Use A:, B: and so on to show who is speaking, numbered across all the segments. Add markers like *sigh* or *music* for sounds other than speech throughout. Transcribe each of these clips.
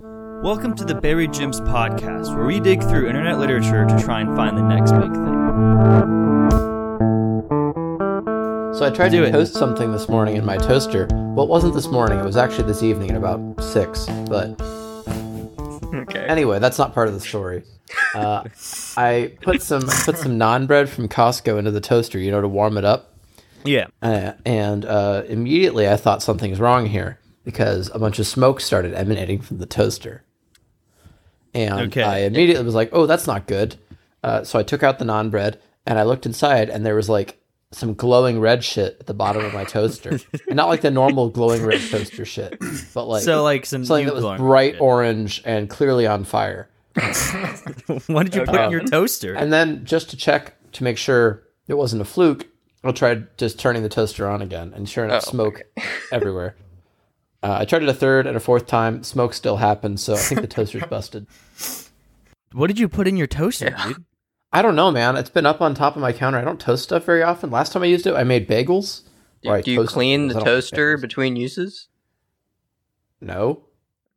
A: Welcome to the Buried Gems podcast, where we dig through internet literature to try and find the next big thing.
B: So I tried
A: Do
B: to
A: it.
B: toast something this morning in my toaster. Well, it wasn't this morning. It was actually this evening at about six. But
A: Okay.
B: anyway, that's not part of the story. Uh, I put some put some non bread from Costco into the toaster, you know, to warm it up.
A: Yeah.
B: Uh, and uh, immediately I thought something's wrong here because a bunch of smoke started emanating from the toaster. And
A: Okay.
B: I immediately was like, oh, that's not good. Uh, so I took out the non bread and I looked inside and there was like some glowing red shit at the bottom of
A: *laughs*
B: my toaster. and not like the normal glowing red toaster shit, but like,
A: So like some
B: something
A: new
B: that was
A: glowing
B: bright
A: shit.
B: orange and clearly on fire.
A: What did you put in your toaster?
B: And then just to check to make sure it wasn't a fluke, I tried just turning the toaster on again, and sure
C: Oh,
B: enough, smoke
C: *laughs*
B: everywhere. Uh, I tried it a third and a fourth time. Smoke still happened, so I think the
C: *laughs*
B: toaster's busted.
A: What did you put in your toaster, dude?
B: I don't know, man. It's been up on top of my counter. I don't toast stuff very often. Last time I used it, I made bagels.
C: Do,
B: Or I
C: do you
B: toasted bagels.
C: clean
B: I
C: the
B: don't make
C: toaster
B: bagels.
C: between uses?
B: No.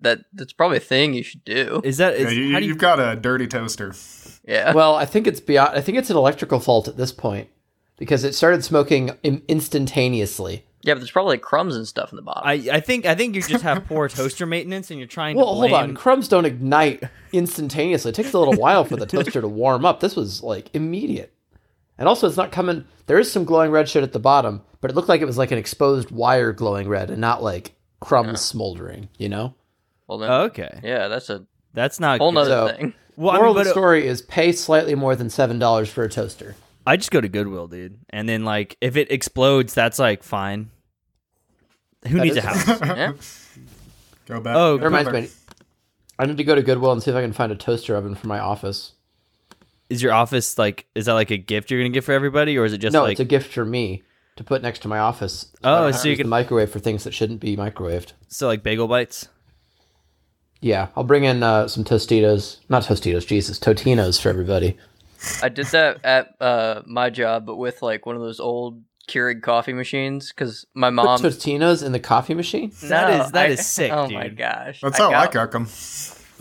C: That that's probably a thing you should do.
A: Is that is,
D: Yeah, you,
A: how do you,
D: have got a dirty toaster. *laughs*
C: *laughs* Yeah.
B: Well, I think it's beyond. I think it's an electrical fault at this point because it started smoking im- instantaneously.
C: yeah, but there's probably crumbs and stuff in the bottom.
A: I I think I think you just have poor *laughs* toaster maintenance and you're trying
B: Well,
A: to
B: hold
A: blame
B: on. Crumbs don't ignite instantaneously. It takes a little while for the toaster to warm up. This was like immediate. And also, it's not coming. There is some glowing red shit at the bottom, but it looked like it was like an exposed wire glowing red and not like crumbs smoldering, you know?
C: well, then,
A: Okay.
C: yeah, that's a
A: That's not
C: whole
A: good.
C: nother
B: So-
C: thing. *laughs*
A: Well, I
B: Moral
A: mean,
B: of the
A: but- uh,
B: story is pay slightly more than $7 for a toaster.
A: I just go to Goodwill, dude. And then like if it explodes, that's like fine. Who
B: That
A: needs a
B: is- *laughs*
A: house?
C: Yeah.
D: Go back.
A: Oh,
D: go
B: That reminds
D: back.
B: me. I need to go to Goodwill and see if I can find a toaster oven for my office.
A: Is your office like is that like a gift you're gonna give for everybody, or is it just
B: no,
A: like
B: it's a gift for me to put next to my office.
A: Oh,
B: I don't
A: so
B: have
A: you
B: to use
A: can-
B: the microwave for things that shouldn't be microwaved.
A: so like bagel bites?
B: Yeah, I'll bring in uh, some Tostitos. Not Tostitos, Jesus, Totinos for everybody.
C: I did that at uh, my job, but with like one of those old Keurig coffee machines because my
B: Put
C: mom.
B: Totinos in the coffee machine?
A: That
C: No,
A: is- that
C: I-
A: is sick,
C: Oh my
A: dude.
C: gosh,
D: That's how I
C: got-
D: cook them.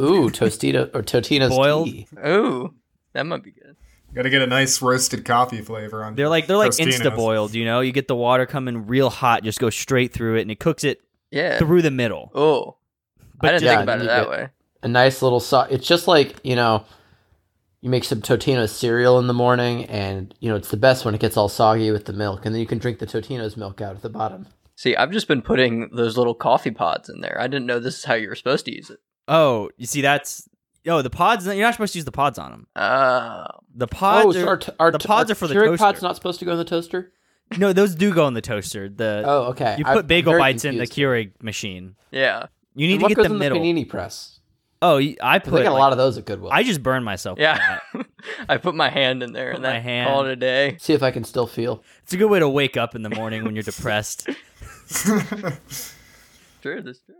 B: Ooh, Tostito or Totinos
A: Boiled?
B: tea.
C: Ooh, that might be good.
D: Got to get a nice roasted coffee flavor on.
A: They're like they're like
D: Tostinos.
A: insta boiled, you know. You get the water coming real hot, just goes straight through it, and it cooks it
C: Yeah.
A: through the middle.
C: Oh,
A: But
C: I didn't
A: just-
B: Yeah,
C: think about it
B: you
C: that
B: get-
C: way.
B: A nice little sauce. It's just like you know, you make some Totino's cereal in the morning, and you know it's the best when it gets all soggy with the milk, and then you can drink the Totino's milk out at the bottom.
C: See, I've just been putting those little coffee pods in there. I didn't know this is how you were supposed to use it.
A: Oh, you see that's oh the pods. You're not supposed to use the pods on them.
C: Oh,
A: The pods
B: oh,
A: are
B: so our, t- our
A: the
B: t-
A: pods
B: our
A: are for the
B: Keurig
A: toaster.
B: pods not supposed to go in the toaster.
A: no, those do go in the toaster. The
B: Oh, okay.
A: you
B: I'm-
A: put
B: I'm
A: bagel
B: very
A: bites
B: confused.
A: in the Keurig machine.
C: yeah,
A: You
B: And
A: need
B: what
A: to get
B: goes
A: the
B: in
A: middle.
B: the panini press?
A: oh, you- I
B: 'Cause
A: put
B: they got
A: like,
B: a lot of those at Goodwill.
A: I just burned myself. with
C: yeah.
A: that.
C: *laughs* I put my hand in there
A: Put
C: and
A: my
C: that
A: hand.
C: called it a day.
B: See if I can still feel.
A: It's a good way to wake up in the morning when you're
B: *laughs*
A: depressed.
C: True, that's true.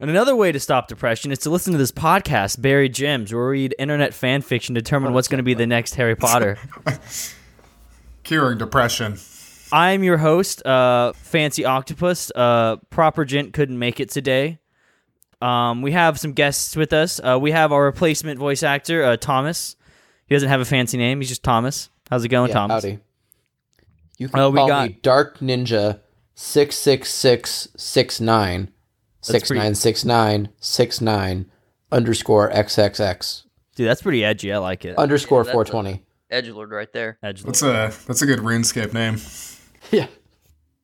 A: And another way to stop depression is to listen to this podcast, Buried Gems, where we read internet fan fiction, determine what's going to be the next Harry
B: *laughs*
A: Potter.
D: curing depression.
A: I'm your host, uh, Fancy Octopus. Uh, Proper Gent couldn't make it today. Um, we have some guests with us. Uh, we have our replacement voice actor, uh, Thomas. He doesn't have a fancy name. He's just Thomas. How's it going,
B: Yeah,
A: Thomas?
B: howdy. You can
A: Oh, we
B: call
A: got-
B: me Dark Ninja six six six six nine six nine six nine six nine underscore xxx
A: Dude, that's pretty edgy. I like it.
B: underscore
C: that's a-
A: *laughs*
B: four twenty.
C: Edgelord right there.
A: Edge
D: That's a that's a good RuneScape name.
B: Yeah.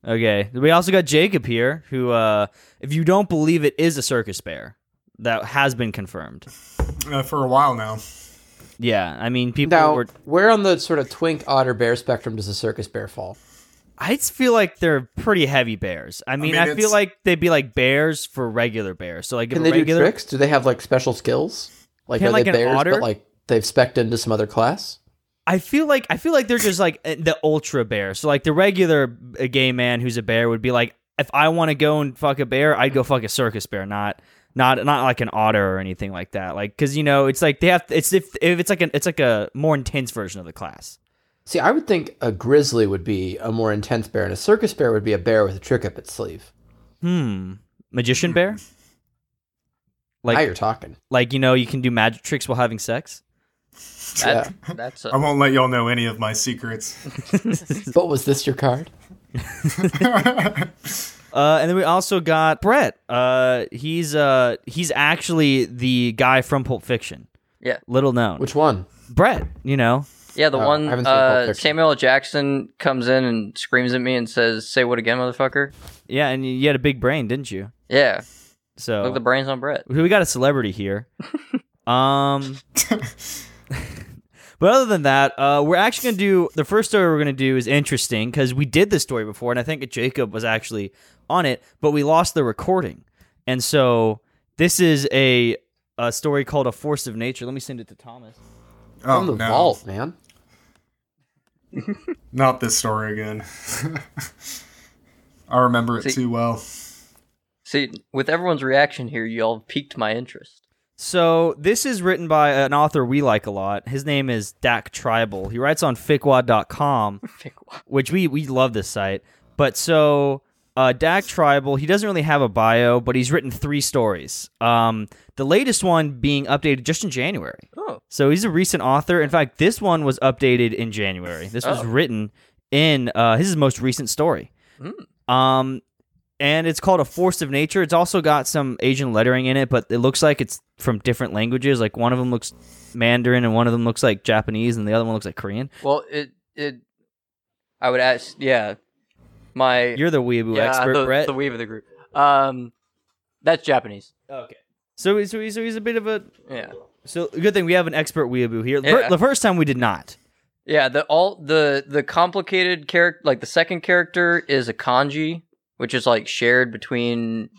A: Okay. We also got Jacob here, who, uh, if you don't believe it, is a circus bear. That has been confirmed.
D: Uh, for a while now,
A: Yeah. I mean, people
B: Now,
A: were.
B: where on the sort of twink otter bear spectrum does the circus bear fall?
A: I just feel like they're pretty heavy bears. I mean,
D: mean,
A: I, feel
D: it's-
A: like they'd be like bears for regular bears. So, like, if
B: Can
A: a
B: they
A: regular,
B: do tricks? Do they have like special skills? Like
A: Can,
B: are
A: like,
B: they
A: an
B: bears,
A: otter-
B: but like they've specced into some other class?
A: I feel like I feel like they're just like uh, the ultra bear. So, like, the regular uh, gay man who's a bear would be like, if I want to go and fuck a bear, I'd go fuck a circus bear, not not not like an otter or anything like that. Like, because you know, it's like they have. It's if if it's like an it's like a more intense version of the class.
B: See, I would think a grizzly would be a more intense bear, and a circus bear would be a bear with a trick up its sleeve.
A: Hmm. Magician bear? Like
B: now you're talking.
A: like you know you can do magic tricks while having sex.
C: That, That's
D: I
C: a,
D: won't let y'all know any of my secrets. *laughs*
B: But was this your card?
A: Uh, and then we also got Brett. Uh, he's uh he's actually the guy from Pulp Fiction.
C: yeah,
A: Little known.
B: Which one?
A: Brett, you know.
C: yeah. The
B: Oh,
C: one
B: I haven't seen Pulp
C: uh,
B: Fiction.
C: Samuel L. Jackson comes in and screams at me and says, "Say what again, motherfucker?"
A: Yeah, and you- you had a big brain, didn't you?
C: Yeah,
A: So
C: look the brains on Brett.
A: we got a celebrity
C: *laughs*
A: here. um *laughs* But other than that, uh, we're actually going to do the first story we're going to do is interesting because we did this story before, and I think Jacob was actually on it, but we lost the recording. And so this is a, a story called A Force of Nature. Let me send it to Thomas.
D: oh,
B: From the
D: no.
B: vault, man.
D: Not this story again. *laughs* I remember it
C: See-
D: too well. *laughs*
C: See, with everyone's reaction here, y'all piqued my interest. *laughs*
A: So this is written by an author we like a lot. His name is Dak Tribal. He writes on ficwa.com, which we we love this site. But so uh, Dak Tribal, he doesn't really have a bio, but he's written three stories. Um, the latest one being updated just in January.
C: Oh,
A: So he's a recent author. In fact, this one was updated in January. This was
C: Oh.
A: written in uh, his most recent story.
C: Hmm.
A: Um, and it's called A Force of Nature. It's also got some Asian lettering in it, but it looks like it's from different languages. Like one of them looks Mandarin, and one of them looks like Japanese, and the other one looks like Korean.
C: well, it it. I would ask, yeah, my
A: You're the weeaboo
C: yeah,
A: expert,
C: the,
A: Brett.
C: the weave of the group. Um, that's Japanese.
A: okay. So, he's- so he's, so he's a bit of a
C: Yeah.
A: so good thing we have an expert weeaboo here. The fir-
C: Yeah.
A: The first time we did not.
C: Yeah, the all the the complicated character like the second character is a kanji, which is like shared between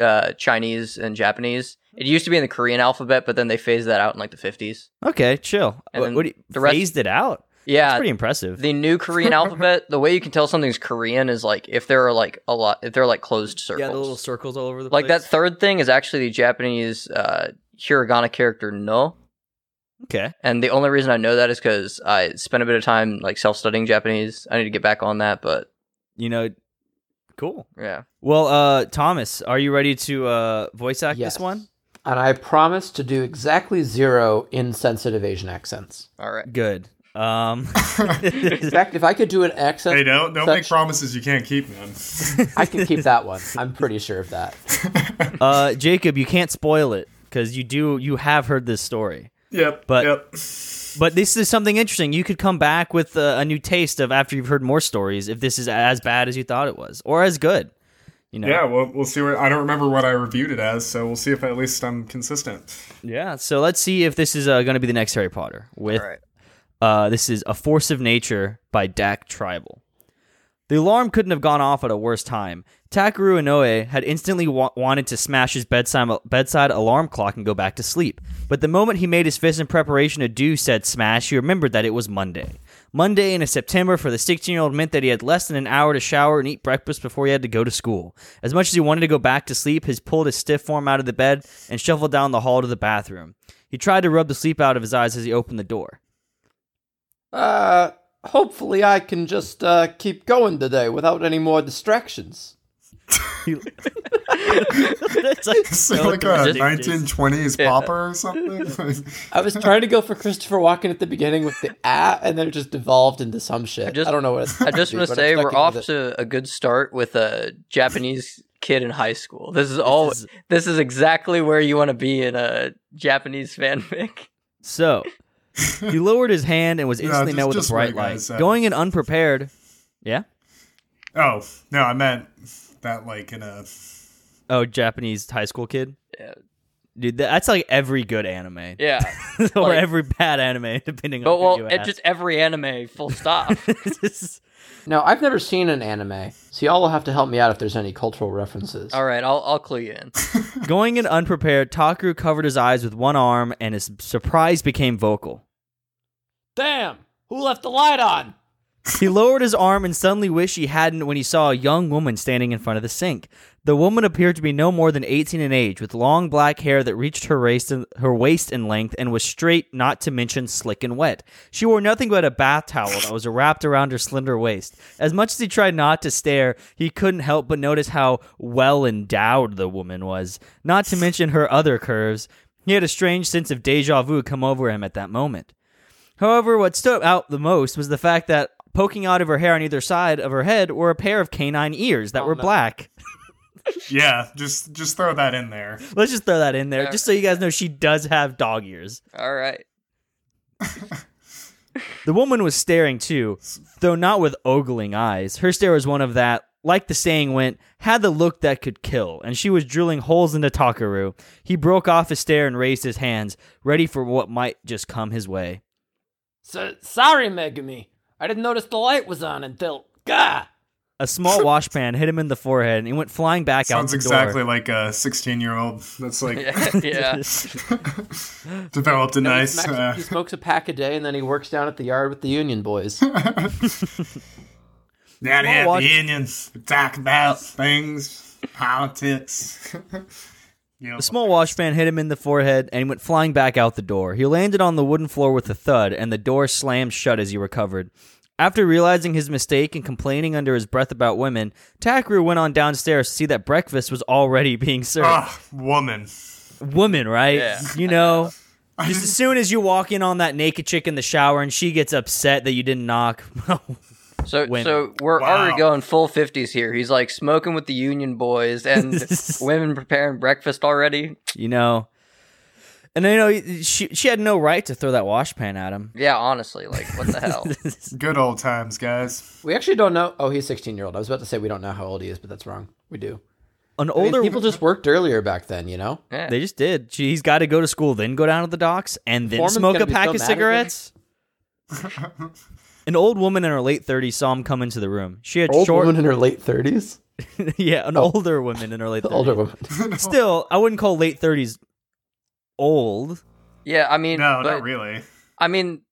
C: uh Chinese and Japanese. It used to be in the Korean alphabet, but then they phased that out in like the 50s.
A: Okay, chill.
C: And
A: What,
C: then
A: what do you,
C: the rest-
A: phased it out. That's
C: Yeah.
A: pretty impressive.
C: The new
A: *laughs*
C: Korean alphabet, the way you can tell something's Korean is like if there are like a lot if there are like closed circles.
A: circles all over the
C: like that third thing is actually the Japanese uh hiragana character no.
A: Okay.
C: And the only reason I know that is cuz I spent a bit of time like self-studying Japanese. I need to get back on that, but
A: you know cool
C: yeah.
A: well uh thomas are you ready to uh voice act
B: Yes.
A: this one
B: And I promise to do exactly zero insensitive Asian accents.
A: *laughs*
C: All right.
A: good um *laughs*
B: In fact, if I could do an accent,
D: Hey, don't don't make
B: Such-
D: promises you can't keep, man.
B: I could keep that one. I'm pretty sure of that.
A: uh jacob you can't spoil it because you do you have heard this story
D: yep.
A: But-
D: yep.
A: but this is something interesting you could come back with a, a new taste of after you've heard more stories if this is as bad as you thought it was or as good you know
D: Yeah, we'll, we'll see what I don't remember what I reviewed it as, so we'll see if at least I'm consistent.
A: yeah so let's see if this is uh, gonna be the next harry potter with
C: All right.
A: Uh, this is A Force of Nature by Dak Tribal. The alarm couldn't have gone off at a worse time. Takaru Inoue had instantly wa- wanted to smash his bedside, bedside alarm clock and go back to sleep. But the moment he made his fist in preparation to do said smash, he remembered that it was Monday. Monday in September for the 16 year old meant that he had less than an hour to shower and eat breakfast before he had to go to school. As much as he wanted to go back to sleep, he pulled his stiff form out of the bed and shuffled down the hall to the bathroom. He tried to rub the sleep out of his eyes as he opened the door.
B: Uh, hopefully, I can just uh, keep going today without any more distractions.
A: *laughs* It's like uh,
D: Is
A: so
D: it like a
A: ridiculous.
D: 1920s popper
A: *laughs*
D: or something?
B: I *laughs* was trying to go for Christopher Walken at the beginning with the ah, and then it just devolved into some shit. I,
C: just-
B: don't know what. It's
C: I just
B: dude,
C: want to
B: but
C: say
B: I'm
C: we're
B: stuck
C: off
B: with it.
C: to a good start with a Japanese kid in high school. This is all. This is exactly where you want to be in a Japanese *laughs* fanfic.
A: So he lowered his hand
D: *laughs*
A: and was
D: Yeah,
A: instantly
D: just-
A: met with
D: just
A: a bright
D: wait, guys,
A: light.
D: that
A: Going
D: was-
A: in unprepared. Yeah.
D: oh no, I meant that like in a
A: Oh, Japanese high school kid.
C: Yeah.
A: Dude, that- that's like every good anime
C: Yeah,
A: *laughs* or
C: like-
A: every bad anime, *laughs* depending
C: but
A: on
C: well,
A: who you
C: it just every anime. Full stop.
A: *laughs* just.
B: Now, I've never seen an anime, so y'all will have to help me out if there's any cultural references.
C: all right, I'll I'll clue you in.
A: Going in unprepared, Takaru covered his eyes with one arm, and his surprise became vocal.
B: Damn! Who left the light on?
A: He lowered his arm and suddenly wished he hadn't when he saw a young woman standing in front of the sink. The woman appeared to be no more than 18 in age, with long black hair that reached her waist, in, her waist in length and was straight, not to mention slick and wet. She wore nothing but a bath towel that was wrapped around her slender waist. As much as he tried not to stare, he couldn't help but notice how well endowed the woman was, not to mention her other curves. He had a strange sense of deja vu come over him at that moment. However, what stood out the most was the fact that poking out of her hair on either side of her head were a pair of canine ears that were black. *laughs*
D: Yeah, just just throw that in there.
A: Let's just throw that in there, just so you guys know she does have dog ears.
C: All right. *laughs*
A: The woman was staring too, though not with ogling eyes. Her stare was one of that, like the saying went, had the look that could kill, and she was drilling holes into Takaru. He broke off his stare and raised his hands, ready for what might just come his way.
B: So, sorry, Megami. I didn't notice the light was on until. Gah!
A: A small washpan hit him in the forehead, and he went flying back out
D: Sounds
A: the
D: exactly
A: door.
D: like a 16 year old that's
A: *laughs*
D: like *laughs*
C: yeah.
D: developed a nice.
B: Max-
D: Uh,
B: he smokes a pack a day and then he works down at the yard with the union
D: *laughs*
B: boys.
D: that
A: I'll watch-
D: happy unions talk about things, politics. *laughs* you know,
A: A small wash fan hit him in the forehead and he went flying back out the door. He landed on the wooden floor with a thud, and the door slammed shut as he recovered. After realizing his mistake and complaining under his breath about women, Takru went on downstairs to see that breakfast was already being served.
D: Ugh, ah, woman.
A: Woman, right?
C: Yeah.
A: You know,
D: I
A: just as
D: just,
A: soon as you walk in on that naked chick in the shower and she gets upset that you didn't knock. *laughs*
C: So
A: Women.
C: so we're
D: Wow.
C: already going full fifties here. He's like smoking with the union boys and women preparing breakfast already.
A: you know. And you know she she had no right to throw that wash pan at him.
C: Yeah, honestly, like what the hell?
D: good old times, guys. *laughs*
B: we actually don't know. Oh, he's 16 year old. I was about to say we don't know how old he is, but that's wrong. We do.
A: An
B: I mean,
A: older
B: people just worked earlier back then, you know?
C: Yeah.
A: They just did. She- He's got to go to school, then go down to the docks, and then
B: Foreman's
A: smoke
B: gonna
A: a
B: be
A: pack
B: so
A: of
B: mad at
A: cigarettes. an old woman in her late thirties saw him come into the room. She had
B: Old
A: short,
B: woman in her late 30s?
A: *laughs* yeah, an older woman in her late
B: The
A: 30s.
B: *laughs* older woman.
A: Still, I wouldn't call late thirties old.
C: yeah, I mean,
D: No,
C: but-
D: not really.
C: I mean,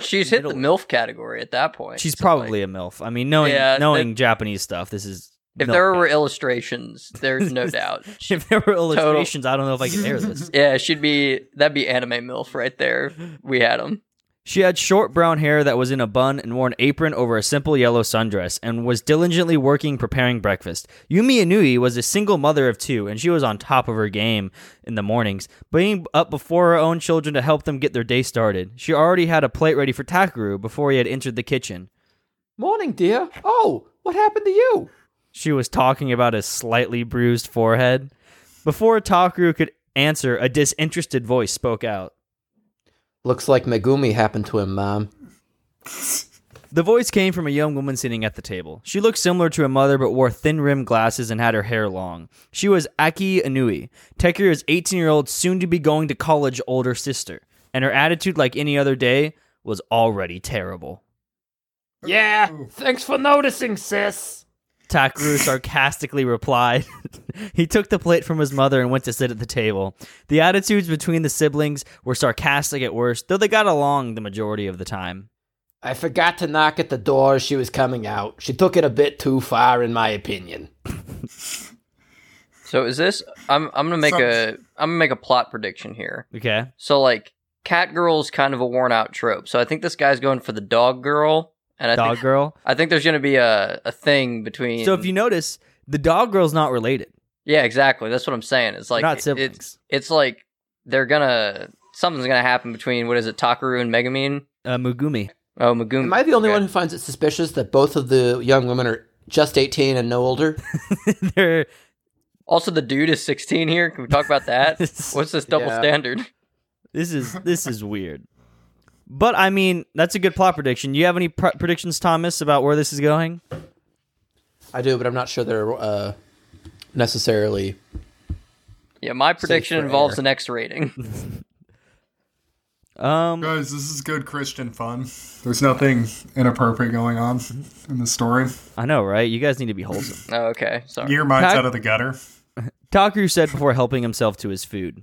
C: she's hit the
A: middle-
C: MILF category at that point.
A: She's
C: so,
A: probably
C: like,
A: a milf. I mean, knowing
C: Yeah,
A: knowing Japanese stuff, this is
C: if
A: milf.
C: there were illustrations, there's no doubt. She-
A: *laughs* if there were illustrations, I don't know if I could air this.
C: yeah, she'd be that'd be anime MILF right there. We had them.
A: She had short brown hair that was in a bun and wore an apron over a simple yellow sundress and was diligently working preparing breakfast. Yumi Inui was a single mother of two and she was on top of her game in the mornings, being up before her own children to help them get their day started. She already had a plate ready for Takaru before he had entered the kitchen.
B: Morning, dear. Oh, what happened to you?
A: She was talking about his slightly bruised forehead. Before Takaru could answer, a disinterested voice spoke out.
B: Looks like Megumi happened to him, Mom.
A: The voice came from a young woman sitting at the table. She looked similar to her mother but wore thin rimmed glasses and had her hair long. She was Aki Inui, Tekir's 18 year old, soon to be going to college older sister, and her attitude, like any other day, was already terrible.
B: Yeah,
D: Oh.
B: thanks for noticing, sis.
C: *laughs*
A: Takaru sarcastically replied. *laughs* he took the plate from his mother and went to sit at the table. The attitudes between the siblings were sarcastic at worst, though they got along the majority of the time.
B: I forgot to knock at the door as she was coming out. She took it a bit too far, in my opinion.
C: So is this? I'm I'm gonna make
D: Some-
C: a I'm gonna make a plot prediction here.
A: Okay?
C: So like cat girl is kind of a worn out trope. So I think this guy's going for the dog girl, and I
A: Dog
C: think
A: girl.
C: I think there's gonna be a a thing between.
A: So if you notice, the dog girl's not related.
C: yeah, exactly. That's what I'm saying. It's like
A: Not
C: it-
A: siblings.
C: It's, it's like they're gonna something's gonna happen between what is it Takaru and Megumin?
A: uh, Mugumi. *laughs*
C: Oh, Megumi.
B: Am I the only
C: Okay.
B: one who finds it suspicious that both of the young women are just 18 and no older?
A: They're
C: Also, the dude is 16 here. Can we talk about that? What's this double
B: Yeah.
C: standard? *laughs*
A: this is this is weird. But I mean, that's a good plot prediction. You have any pr- predictions, Thomas, about where this is going?
B: I do, but I'm not sure they're uh, necessarily.
C: Yeah, my prediction
B: for
C: involves
B: air.
C: an X rating.
A: Um,
D: Guys, this is good Christian fun. There's nothing inappropriate going on in the story.
A: I know, right? You guys need to be wholesome.
C: oh, okay. Sorry.
D: Your mind's
A: Pac-
D: out of the gutter.
A: Takaru said before helping himself to his food.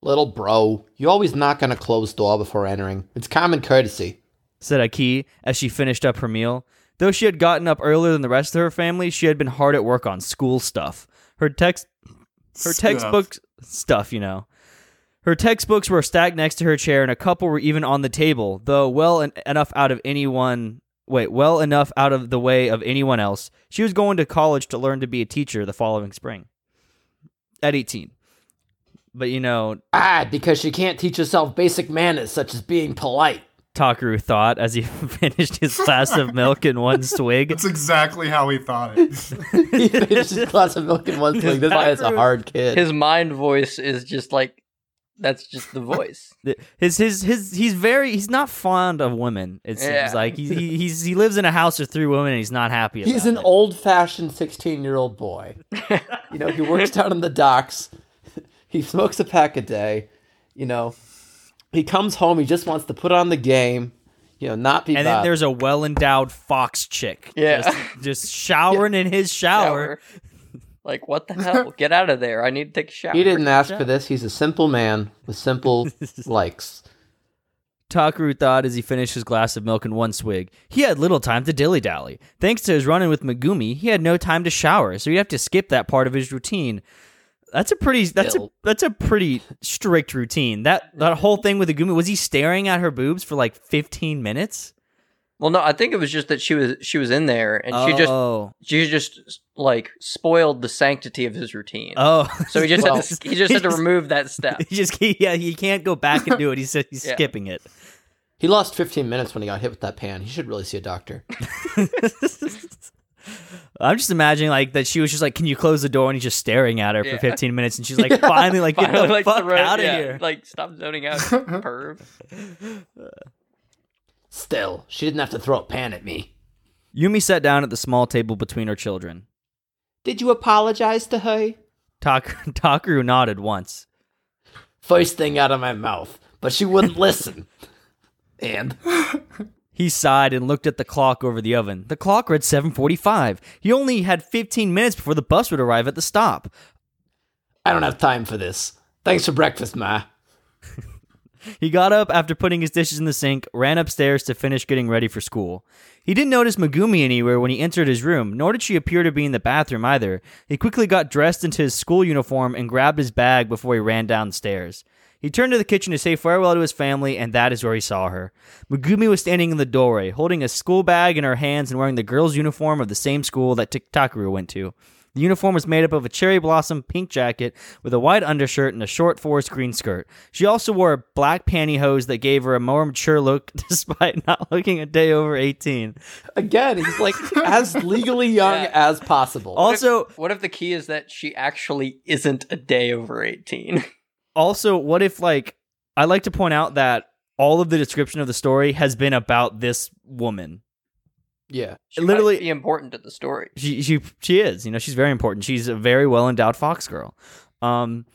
B: Little bro, you always knock on a closed door before entering. It's common courtesy.
A: said Aki as she finished up her meal. Though she had gotten up earlier than the rest of her family, she had been hard at work on school stuff. Her text her
D: Stuff.
A: textbook stuff, you know. Her textbooks were stacked next to her chair, and a couple were even on the table, though well en- enough out of anyone. Wait, well enough out of the way of anyone else. She was going to college to learn to be a teacher the following spring at 18. But you know,
B: Ah, because she can't teach herself basic manners such as being polite. *laughs*
A: Takaru thought as he *laughs* finished his glass of milk in one swig.
D: That's exactly how he thought it.
B: he finished his glass of milk in one swing. This guy is a hard kid.
C: His mind voice is just like that's just the voice.
A: His his his he's very he's not fond of women. It seems
C: Yeah.
A: like he,
C: *laughs*
A: he he's he lives in a house with three women and he's not happy. About
B: He's an
A: it.
B: old-fashioned
A: *laughs*
B: 16-year-old boy. you know, he works down on the docks. He smokes a pack a day. You know, he comes home. He just wants to put on the game. You know, not be.
A: And then
B: bothered.
A: there's a well endowed fox chick.
C: *laughs* Yeah.
A: Just, just showering in his shower.
C: Shower. Like what the hell? Get out of there! I need to take a shower.
B: He didn't ask for this. He's a simple man with
A: *laughs*
B: simple likes.
A: Takaru thought as he finished his glass of milk in one swig. He had little time to dilly dally. Thanks to his run in with Megumi, he had no time to shower, so he'd have to skip that part of his routine. That's a pretty that's a
B: Still.
A: that's a pretty strict routine. That that whole thing with Megumi was he staring at her boobs for like fifteen minutes?
C: Well, no, I think it was just that she was she was in there and she just
A: oh
C: she just like spoiled the sanctity of his routine.
A: *laughs* oh
C: So he just
B: Well,
C: had
A: *laughs*
C: to, he just had to remove that step.
A: he just he, yeah he can't go back and do it. He said he's
C: Yeah.
A: skipping it.
B: He lost 15 minutes when he got hit with that pan. He should really see a doctor.
A: I'm just imagining like that she was just like, "Can you close the door?" And he's just staring at her
C: Yeah.
A: for 15 minutes,
C: *laughs*
A: and she's like, "Finally, like *laughs* get
C: Finally,
A: the
C: *laughs* like,
A: fuck
C: throw-
A: out of
C: yeah,
A: here."
C: Like stop
B: *laughs*
C: zoning out, perv.
B: Still, she didn't have to throw a pan at me.
A: Yumi sat down at the small table between her children.
B: Did you apologize to her?
A: Tak- *laughs* Takaru nodded once.
B: First thing out of my mouth, but she wouldn't *laughs* listen. And
A: He sighed and looked at the clock over the oven. The clock read 7:45. He only had 15 minutes before the bus would arrive at the stop.
B: I don't have time for this. Thanks for breakfast, Ma.
A: He got up after putting his dishes in the sink, ran upstairs to finish getting ready for school. He didn't notice Megumi anywhere when he entered his room, nor did she appear to be in the bathroom either. He quickly got dressed into his school uniform and grabbed his bag before he ran downstairs. He turned to the kitchen to say farewell to his family, and that is where he saw her. Megumi was standing in the doorway, holding a school bag in her hands and wearing the girl's uniform of the same school that Takaru went to. The uniform was made up of a cherry blossom pink jacket with a white undershirt and a short forest green skirt. She also wore black pantyhose that gave her a more mature look *laughs* despite not looking a day over 18.
B: Again,
A: *laughs*
B: he's like as legally young as possible.
A: Also,
C: What if the key is that she actually isn't a day over eighteen? *laughs*
A: also what if like I like to point out that all of the description of the story has been about this woman.
B: yeah.
C: She might
A: Literally-
C: be important to the story.
A: she she she is. You know, she's very important. She's a very well endowed fox girl. Um,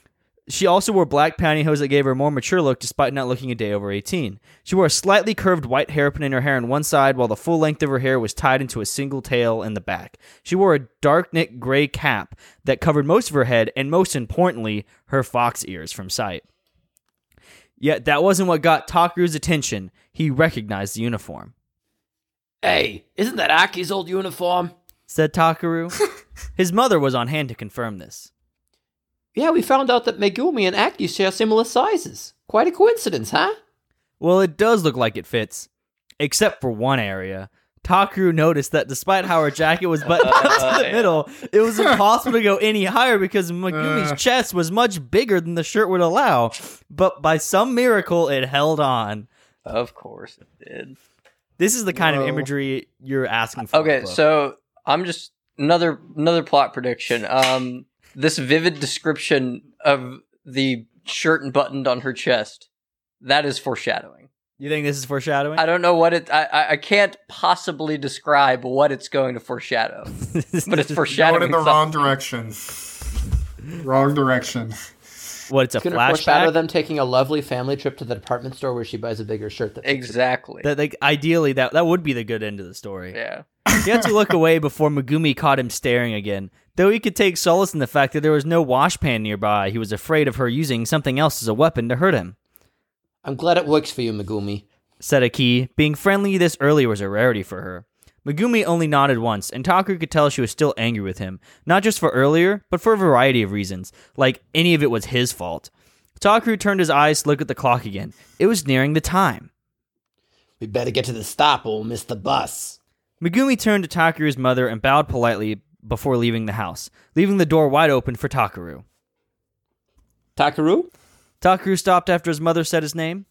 A: she also wore black pantyhose that gave her a more mature look, despite not looking a day over eighteen. She wore a slightly curved white hairpin in her hair on one side, while the full length of her hair was tied into a single tail in the back. She wore a dark knit gray cap that covered most of her head, and most importantly, her fox ears from sight. Yet that wasn't what got Takaru's attention. He recognized the uniform.
B: Hey, isn't that Aki's old uniform?
A: Said Takaru. His mother was on hand to confirm this.
B: Yeah, we found out that Megumi and Aki share similar sizes. Quite a coincidence, huh?
A: Well, it does look like it fits, except for one area. Takaru noticed that despite how her jacket was
C: *laughs*
A: buttoned down to the middle, it was impossible to go any higher because Megumi's
D: Uh.
A: chest was much bigger than the shirt would allow. But by some miracle, it held on.
C: Of course it did.
A: This is the kind
D: Whoa.
A: of imagery you're asking for.
C: Okay,
A: Cliff.
C: so I'm just another another plot prediction. Um, this vivid description of the shirt and buttoned on her chest that is foreshadowing.
A: you think this is foreshadowing?
C: I don't know what it. I- I I can't possibly describe what it's going to foreshadow, but
A: *laughs*
C: it's
D: *laughs* Going
C: foreshadowing.
D: in the
C: something.
D: wrong direction. Wrong direction.
A: what? It's a
B: It's gonna foreshadow
A: flashback.
B: them taking a lovely family trip to the department store where she buys a bigger shirt. That
C: Exactly.
A: That like ideally that that would be the good end of the story.
C: yeah.
A: He had to look away before Megumi caught him staring again. Though he could take solace in the fact that there was no washpan nearby, he was afraid of her using something else as a weapon to hurt him.
B: I'm glad it works for you, Megumi.
A: said Aki. Being friendly this early was a rarity for her. Megumi only nodded once, and Taku could tell she was still angry with him, not just for earlier, but for a variety of reasons, like any of it was his fault. Taku turned his eyes to look at the clock again. It was nearing the time.
B: We better get to the stop or we'll miss the bus.
A: Megumi turned to Takuru's mother and bowed politely before leaving the house, leaving the door wide open for Takuru.
B: Takaru?
A: Takuru stopped after his mother said his name.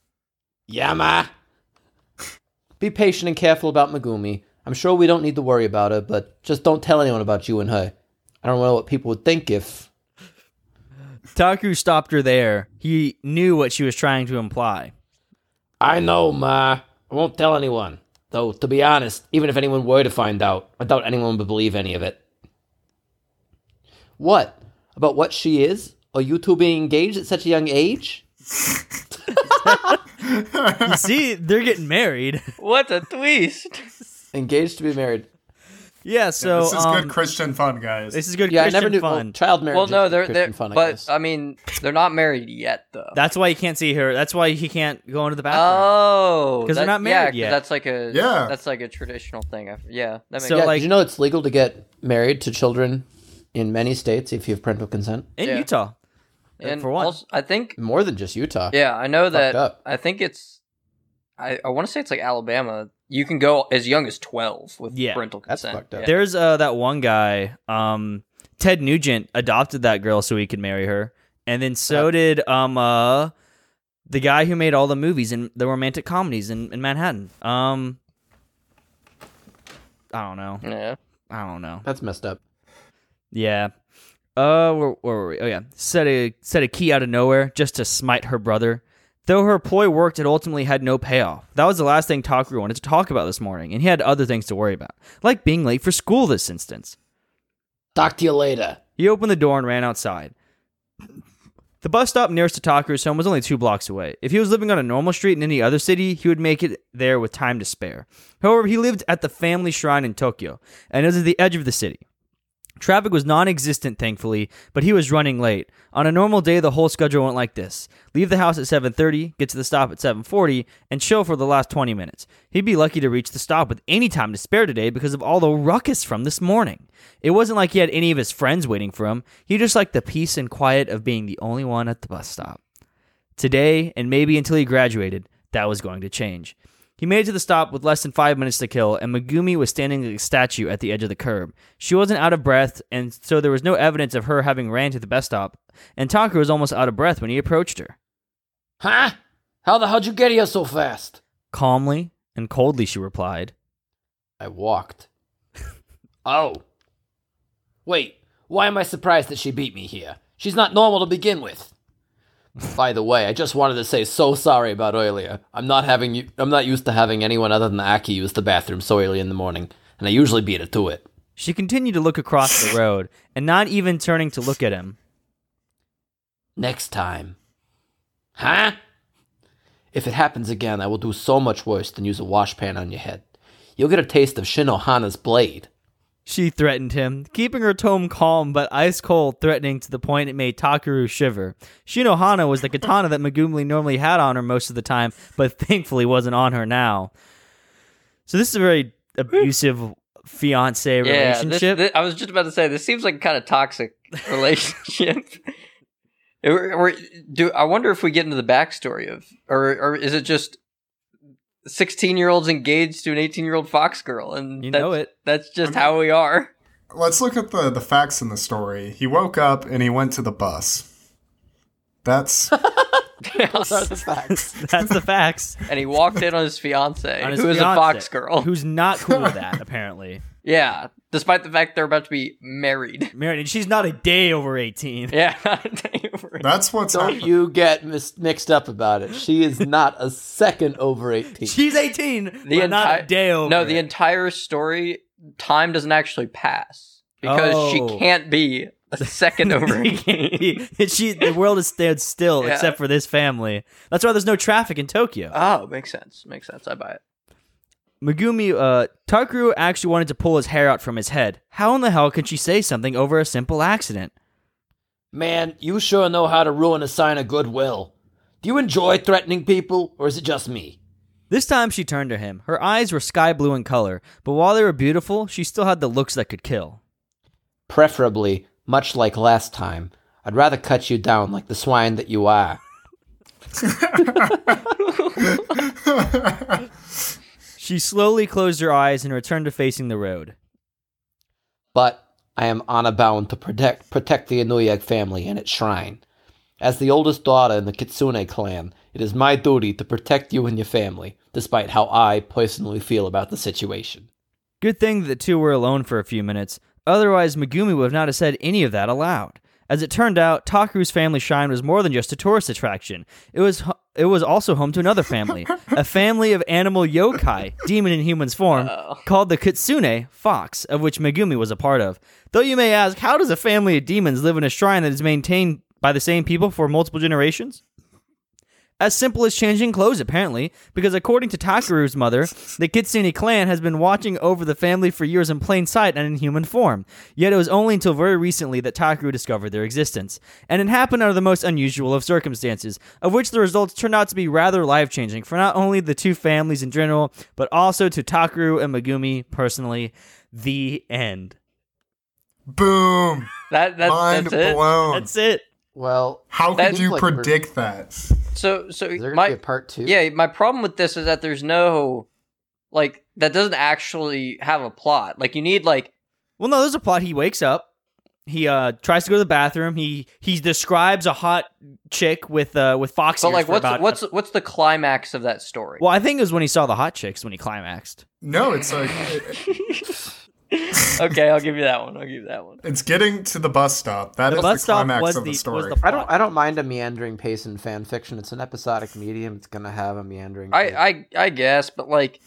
B: Yama! Be patient and careful about Megumi. I'm sure we don't need to worry about her, but just don't tell anyone about you and her. I don't know what people would think if.
A: Taku stopped her there. He knew what she was trying to imply.
B: I know, Ma. I won't tell anyone. Though, to be honest, even if anyone were to find out, I doubt anyone would believe any of it. What? About what she is? Or you two being engaged at such a young age?
D: *laughs*
A: You see, they're getting married. *laughs*
C: What a twist!
B: Engaged to be married.
A: yeah, so
D: this is
A: um,
D: good Christian fun, guys.
A: this is good
B: Yeah,
A: Christian
B: I never knew. well,
A: fun.
B: child marriage.
C: well, no,
B: is
C: they're
B: Christian
C: they're,
B: fun, I
C: but
B: guess.
C: I, mean, they're not married yet, though.
A: That's why you can't see her. That's why he can't go into the bathroom.
C: Oh,
A: 'Cause they're not
C: that- yeah,
A: married
C: 'cause
A: yet.
C: That's like a
D: Yeah.
C: That's like a traditional thing. I- Yeah, that makes
A: So,
B: yeah,
A: like-
B: did you know it's legal to get married to children in many states if you have parental consent?
A: in
C: yeah.
A: Utah.
C: and
A: for one.
C: also- I think
B: More than just Utah.
C: Yeah, I know that.
B: up.
C: I think it's. I, I want to say it's like Alabama. You can go as young as twelve with
A: Yeah.
C: parental
B: That's
C: consent.
B: fucked up.
C: Yeah.
A: There's uh, that one guy, um, Ted Nugent, adopted that girl so he could marry her, and then so did um, uh, the guy who made all the movies and the romantic comedies in, in Manhattan. Um, I don't know.
C: Yeah.
A: I don't know.
B: That's messed up.
A: Yeah. Uh, where, where were we? Oh yeah, set a set a key out of nowhere just to smite her brother. Though her ploy worked, it ultimately had no payoff. That was the last thing Takaru wanted to talk about this morning, and he had other things to worry about, like being late for school. This instance,
B: Talk to you later.
A: he opened the door and ran outside. The bus stop nearest to Takaru's home was only two blocks away. If he was living on a normal street in any other city, he would make it there with time to spare. However, he lived at the family shrine in Tokyo, and it was at the edge of the city. Traffic was non existent, thankfully, but he was running late. On a normal day, the whole schedule went like this leave the house at 7.30, get to the stop at 7.40, and chill for the last 20 minutes. He'd be lucky to reach the stop with any time to spare today because of all the ruckus from this morning. It wasn't like he had any of his friends waiting for him, he just liked the peace and quiet of being the only one at the bus stop. Today, and maybe until he graduated, that was going to change. He made it to the stop with less than five minutes to kill, and Megumi was standing like a statue at the edge of the curb. She wasn't out of breath, and so there was no evidence of her having ran to the best stop, and Taku was almost out of breath when he approached her.
B: Huh? How the hell'd you get here so fast?
A: Calmly and coldly she replied.
B: I walked. *laughs* oh. Wait, why am I surprised that she beat me here? She's not normal to begin with. By the way, I just wanted to say so sorry about earlier. I'm not having you I'm not used to having anyone other than Aki use the bathroom so early in the morning, and I usually beat it to it.
A: She continued to look across the road, and not even turning to look at him.
B: Next time. Huh? If it happens again, I will do so much worse than use a washpan on your head. You'll get a taste of Shinohana's blade.
A: She threatened him, keeping her tone calm but ice cold, threatening to the point it made Takaru shiver. Shinohana was the katana that Megumi normally had on her most of the time, but thankfully wasn't on her now. So this is a very abusive fiance
C: Yeah, this,
A: relationship.
C: thi- I was just about to say this seems like kind of
A: *laughs*
C: toxic relationship. It- we're- do I wonder if we get into the backstory of, or or is it just sixteen year olds engaged to an eighteen year old fox girl, and
A: You
C: that's,
A: know it.
C: That's just how we are.
D: Let's look at the the facts in the story. He woke up and he went to the bus. That's
A: *laughs* That's the facts.
C: *laughs* and he walked in on his fiance,
A: On his
C: who is a
A: fiancé,
C: fox girl.
A: who's not cool with
C: *laughs*
A: that apparently.
C: yeah, despite the fact they're about to be married. *laughs*
A: Married, and she's not a day over eighteen.
C: Yeah. *laughs*
D: that's what's
B: Don't
D: happening.
B: you get mis- mixed up about it. She is not a second over 18.
A: She's eighteen, but not a
C: enti-
A: day over.
C: no, the
A: it.
C: entire story time doesn't actually pass because
A: Oh.
C: she can't be a
A: *laughs*
C: second *laughs* over.
A: she the world is stands still
C: Yeah.
A: except for this family. That's why there's no traffic in Tokyo.
C: oh, makes sense. Makes sense. I buy it.
A: Megumi uh Takaru actually wanted to pull his hair out from his head. How in the hell could she say something over a simple accident?
B: Man, you sure know how to ruin a sign of goodwill. Do you enjoy threatening people, or is it just me?
A: This time she turned to him. Her eyes were sky blue in color, but while they were beautiful, she still had the looks that could kill.
B: Preferably, much like last time, I'd rather cut you down like the swine that you are.
A: She slowly closed her eyes and returned to facing the road.
B: But I am honor bound to protect, protect the Inuyag family and its shrine. As the oldest daughter in the Kitsune clan, it is my duty to protect you and your family, despite how I personally feel about the situation.
A: Good thing that the two were alone for a few minutes, otherwise, Megumi would not have said any of that aloud. As it turned out, Takuru's family shrine was more than just a tourist attraction. It was ho- it was also home to another family, a family of animal yokai, demon in human's form, called the Kitsune, fox, of which Megumi was a part of. Though you may ask, how does a family of demons live in a shrine that is maintained by the same people for multiple generations? as simple as changing clothes, apparently, because according to Takuru's mother, the Kitsune clan has been watching over the family for years in plain sight and in human form. Yet it was only until very recently that Takuru discovered their existence. And it happened under the most unusual of circumstances, of which the results turned out to be rather life changing for not only the two families in general, but also to Takuru and Megumi personally. The end.
D: Boom.
C: That that's,
D: Mind
C: that's it.
D: blown.
A: That's it.
B: Well,
D: How
C: That
D: could you
B: seems like a per-
D: predict that?
C: So so
B: is there
C: my
B: going to be a part two?
C: yeah, my problem with this is that there's no like that doesn't actually have a plot. Like you need like
A: Well, no, there's a plot. He wakes up. He uh tries to go to the bathroom. He he describes a hot chick with uh with fox
C: but
A: ears
C: like
A: for
C: what's
A: about-
C: what's what's the climax of that story?
A: well, I think it was when he saw the hot chicks when he climaxed.
D: No, it's like
C: okay, I'll give you that one. I'll give you that one.
D: it's getting to the bus stop. That is
A: The
D: the
A: bus stop
D: climax
A: was
D: of
A: the,
D: the
A: was
D: story.
A: the plot.
B: I don't. I don't mind a meandering pace in fan fiction. It's an episodic medium. It's gonna have a meandering.
C: I
B: pace.
C: I I guess, but like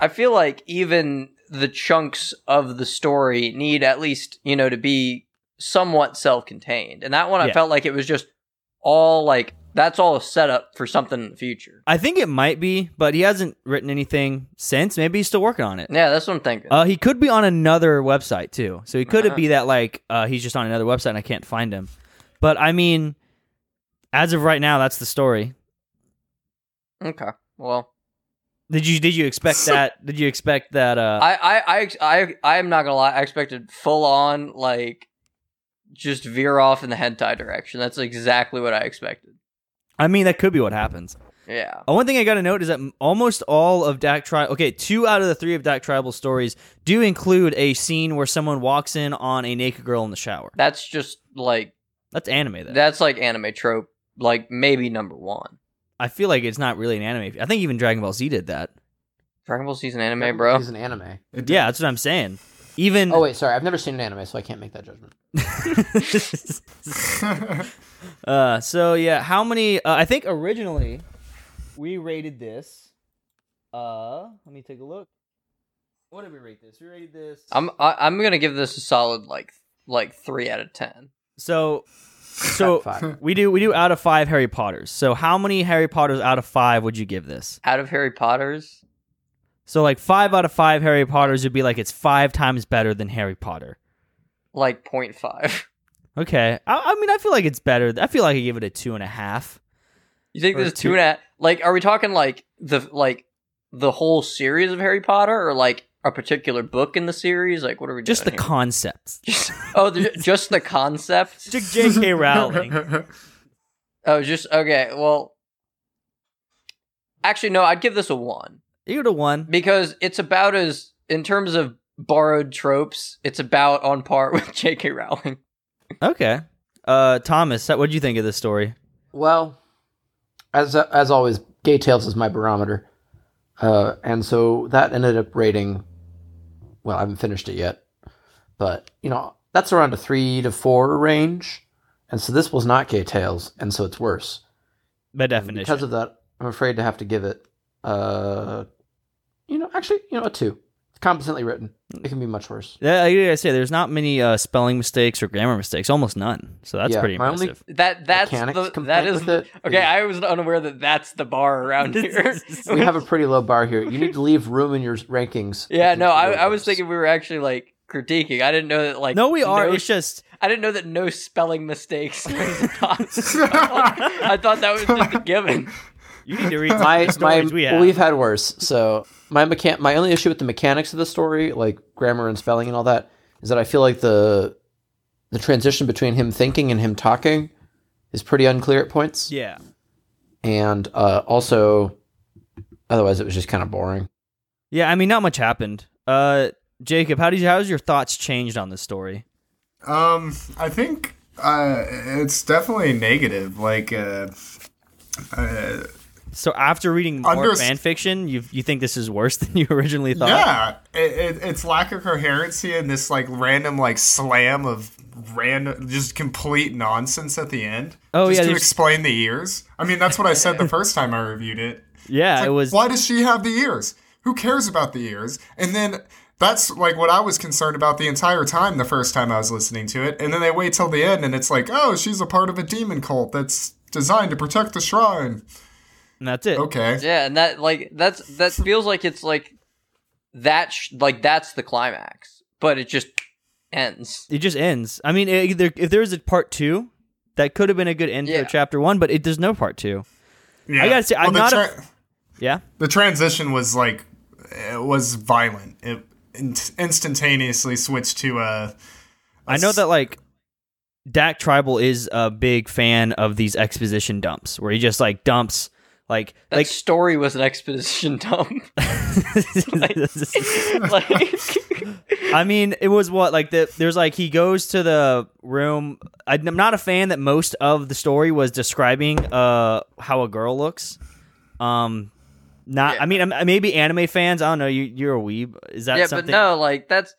C: I feel like even the chunks of the story need at least, you know, to be somewhat self-contained. And that one I
A: Yeah.
C: felt like it was just all like that's all a setup for something in the future.
A: I think it might be, but he hasn't written anything since. Maybe he's still working on it.
C: Yeah, that's what I'm thinking.
A: Uh, he could be on another website too. So he could it
C: Uh-huh.
A: be that like uh, he's just on another website and I can't find him. But I mean, as of right now, that's the story.
C: okay. Well,
A: Did you did you expect that? Did you expect that? Uh,
C: I, I, I, ex- I, I'm not gonna lie. I expected full on like just veer off in the hentai direction. That's exactly what I expected.
A: I mean, that could be what happens.
C: Yeah.
A: Uh, One thing I got to note is that m- almost all of Dak Tribal, okay, two out of the three of Dak Tribal stories do include a scene where someone walks in on a naked girl in the shower.
C: That's just like
A: That's anime, though.
C: that's like anime trope. Like maybe number one.
A: I feel like it's not really an anime. I think even Dragon Ball Z did that.
C: Dragon Ball Z's an
B: Dragon Ball
C: anime, bro.
B: Z is an anime.
D: It-
A: Yeah, that's what I'm saying. Even
B: Oh wait, sorry. I've never seen an anime, so I can't make that judgment.
A: *laughs*
D: *laughs*
A: uh, so yeah, how many? Uh, I think originally we rated this. Uh, let me take a look. What did we rate this? We rated this.
C: I'm I, I'm gonna give this a solid like like three out of ten.
A: so so
B: Top five.
A: We do we do out of five Harry Potters. So how many Harry Potters out of five would you give this?
C: Out of Harry Potter's,
A: So like five out of five Harry Potters would be like it's five times better than Harry Potter.
C: like 0.5.
A: Okay, I, I mean I feel like it's better. I feel like I give it a two and a half.
C: *laughs* You think
A: Or
C: there's
A: two-
C: two and a half? Like, are we talking like the like the whole series of Harry Potter, or like a particular book in the series? Like, what are we
A: Just the
C: doing here?
B: *laughs*
A: concepts.
C: Just- oh, the, just the concept.
A: J- J.K.
B: *laughs*
A: Rowling.
C: Oh, just okay. Well, actually, no. I'd give this a one
A: You to one.
C: because it's about as in terms of borrowed tropes. It's about on par *laughs* with J.K. Rowling.
A: Okay. Uh, Thomas, what would you think of this story?
B: Well, as uh, as always, Gay Tales is my barometer, uh, and so that ended up rating. Well, I haven't finished it yet, but you know that's around a three to four range, and so this was not Gay Tales, and so it's worse.
A: By
B: And
A: definition.
B: Because of that, I'm afraid to have to give it. Uh, you know, actually, you know, a two. It's competently written. It can be much worse.
A: yeah, like I say there's not many uh, spelling mistakes or grammar mistakes, almost none. So that's
B: Yeah,
A: pretty
B: my only-
A: impressive.
C: That that's
B: Mechanics
C: the,
B: complaint
C: that is
B: with it
C: okay.
B: is-
C: I was unaware that that's the bar
B: *laughs*
C: around here. *laughs*
B: We have a pretty low bar here. You need to leave room in your rankings.
C: Yeah,
B: It
C: no,
B: can
C: I,
B: go
C: I was
B: worse.
C: thinking we were actually like critiquing. I didn't know that like
A: no, we are.
C: no-
A: it's just
C: *laughs* I didn't know that no
B: *laughs*
C: spelling mistakes. was a thought. I thought that was just a given.
A: You need to read some *laughs*
B: *laughs* my
A: of the
B: my
A: stories we have.
B: we've had worse. So my mechan- my only issue with the mechanics of the story, like grammar and spelling and all that, is that I feel like the the transition between him thinking and him talking is pretty unclear at points,
A: yeah.
B: and uh, also otherwise it was just kind of boring.
A: Yeah, I mean, not much happened. Uh, Jacob, how did you, how's your thoughts changed on this story?
D: Um, I think uh, it's definitely negative. Like, uh, uh,
A: So after reading more
D: Underst-
A: fan fiction, you you think this is worse *laughs* than you originally thought?
D: yeah, it, it, it's lack of coherency and this like random like slam of random, just complete nonsense at the end.
A: Oh,
D: just
A: yeah,
D: to
A: there's-
D: explain the ears. I mean, that's what I said the first time I reviewed it.
A: Yeah,
D: Like,
A: it was.
D: Why does she have the ears? Who cares about the ears? And then that's like what I was concerned about the entire time the first time I was listening to it. And then they wait till the end and it's like, oh, she's a part of a demon cult that's designed to protect the shrine.
A: And that's it.
D: Okay.
C: Yeah, and that like that's that feels like it's like that sh- like that's the climax, but it just ends.
A: It just ends. I mean, it, there, if there was a part two, that could have been a good end
C: Yeah.
A: for chapter one, but it, there's no part two.
D: Yeah.
A: I gotta say, I'm
D: the
A: not a- Yeah.
D: the transition was like it was violent. It in- instantaneously switched to uh
A: I know that like Dak Tribal is a big fan of these exposition dumps where he just like dumps like
C: That
A: like
C: story was an
B: *laughs*
C: exposition dump. *laughs*
A: *laughs*
C: like
A: I mean, it was what like the there's like he goes to the room. I'm not a fan that most of the story was describing uh how a girl looks. Um, not.
C: Yeah.
A: I mean, um, maybe anime fans. I don't know. You you're a weeb. Is that
C: yeah,
A: something?
C: but no, like that's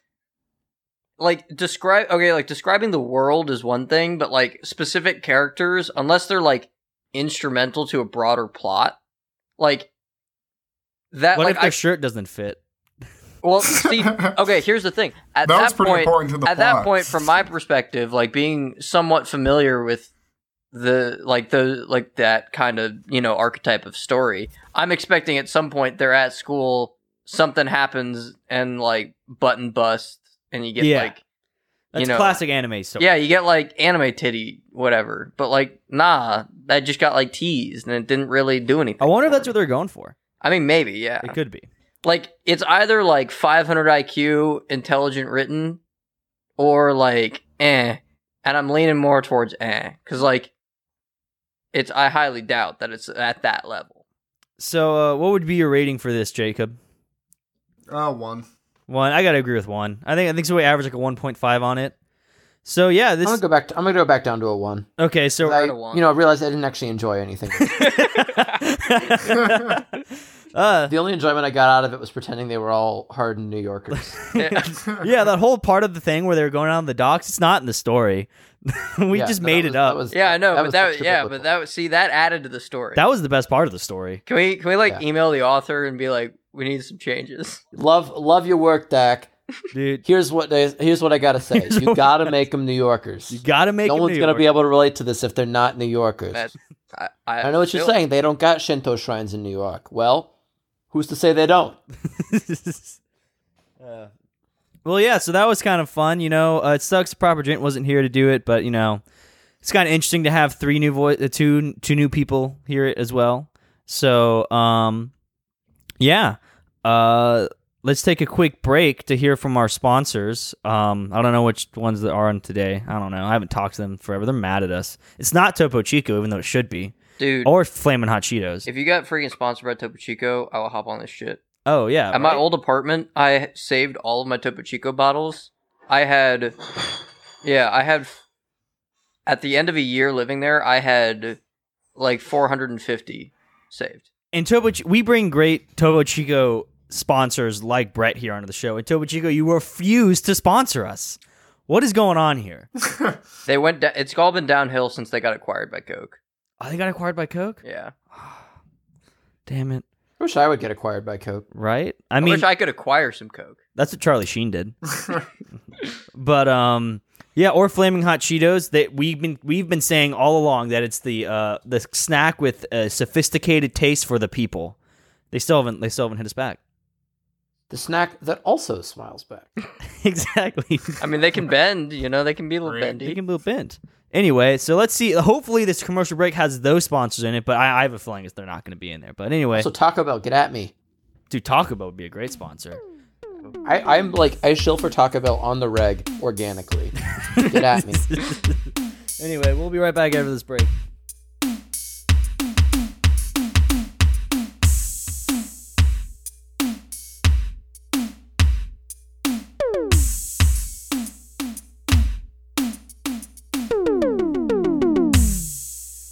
C: like describe okay, like describing the world is one thing, but like specific characters, unless they're like instrumental to a broader plot, like that.
A: What
C: like
A: if their
C: I,
A: shirt doesn't fit? *laughs*
C: well, see, okay, here's the thing. At
D: that,
C: that,
D: was pretty
C: point,
D: important to the
C: at that
D: plot.
C: point, from my perspective, like being somewhat familiar with the like the like that kind of you know archetype of story, I'm expecting at some point they're at school, something happens, and like button bust, and you get
A: Yeah.
C: like
A: That's
C: know,
A: classic anime stuff.
C: yeah, you get like anime titty, whatever. But like nah, that just got like teased, and it didn't really do anything.
A: I wonder if
C: for
A: that's
C: me.
A: what they're going for.
C: I mean, maybe yeah.
A: It could be.
C: like it's either like 500 IQ intelligent written or like eh and I'm leaning more towards eh cuz like it's I highly doubt that it's at that level.
B: *laughs*
C: *laughs*
A: So, uh, what would be your rating for this, Jacob?
D: oh, one.
A: One. I gotta agree with one. I think I think so. We average like a 1.5 on it. So yeah,
B: I'm
A: this.
B: gonna go back. To, I'm gonna go back down to a one.
A: okay, so
B: I,
C: at a one.
B: you know, I realized I didn't actually enjoy anything. *laughs*
A: uh,
B: the only enjoyment I got out of it was pretending they were all hardened New Yorkers.
C: Yeah.
A: yeah, that whole part of the thing where they were going out on the docks, it's not in the story. *laughs* *laughs* we
B: Yeah,
A: just
B: no, that
A: made
B: was-
A: it up.
B: That was,
C: yeah, I know, but
B: was
C: that
B: extra
C: yeah,
B: biblical.
C: but that was see that added to the story.
A: the best part of the story.
C: can we can we like
B: Yeah.
C: email the author and be like we need
B: *laughs*
C: some changes?
B: Love love your work, Dak.
A: Dude,
B: Here's what I- here's what I gotta say.
A: Here's
B: you
A: what-
B: gotta make them New Yorkers.
A: you gotta make
B: No
A: it
B: one's
A: New
B: gonna
A: York.
B: be able to relate to this if they're not New Yorkers.
C: That I, I,
B: I know what you're
C: feel-
B: saying. They don't got Shinto shrines in New York. Well, who's to say they don't?
A: Uh, *laughs* well, yeah, so that was kind of fun. You know, uh, it sucks Proper Gent wasn't here to do it, but you know, it's kind of interesting to have three new voice, uh, two two new people hear it as well. So, um, yeah, uh, let's take a quick break to hear from our sponsors. Um, I don't know which ones that are on today. I don't know. I haven't talked to them forever. They're mad at us. It's not Topo Chico, even though it should be,
C: Dude,
A: or Flamin' Hot Cheetos.
C: if you got freaking sponsored by Topo Chico, I will hop on this shit.
A: Oh yeah,
C: At my
A: right?
C: old apartment, I saved all of my Topo Chico bottles. I had, yeah, I had, at the end of a year living there, I had like 450 saved.
A: and Tobo, Chi- we bring great Tobo Chico sponsors like Brett here onto the show. And Tobo Chico, you refuse to sponsor us. What is going on here?
C: They went, da- it's all been downhill since they got acquired by Coke.
A: Oh, they got acquired by Coke.
C: Yeah.
A: Damn it!
B: I wish I would get acquired by Coke.
A: Right? I
C: I,
A: mean,
C: wish I could acquire some Coke.
A: that's what Charlie Sheen
C: *laughs*
A: did. but um, yeah, or flaming hot Cheetos. That we've been we've been saying all along that it's the uh the snack with a sophisticated taste for the people. They still haven't they still haven't hit us back. *laughs*
B: The snack that also smiles back.
A: exactly.
C: I mean, they can bend, you know, they can be a little
D: Great.
A: They
C: bendy.
A: can move bent. Anyway, so let's see. Hopefully, this commercial break has those sponsors in it, but I, I have a feeling it's- they're not going to be in there. But anyway,
B: So Taco Bell, get at me.
A: dude, Taco Bell would be a great sponsor.
B: I, I'm like I shill for Taco Bell on the reg organically. Get
A: *laughs*
B: at me.
A: Anyway, we'll be right back after this break.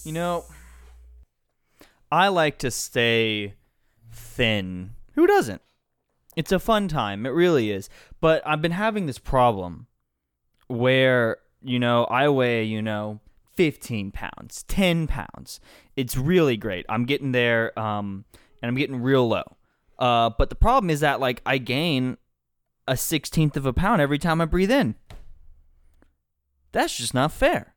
A: You know, I like to stay thin. Who doesn't? It's a fun time. It really is. But I've been having this problem where you know I weigh you know 15 pounds 10 pounds it's really great I'm getting there um and I'm getting real low uh but the problem is that like I gain a 16th of a pound every time I breathe in that's just not fair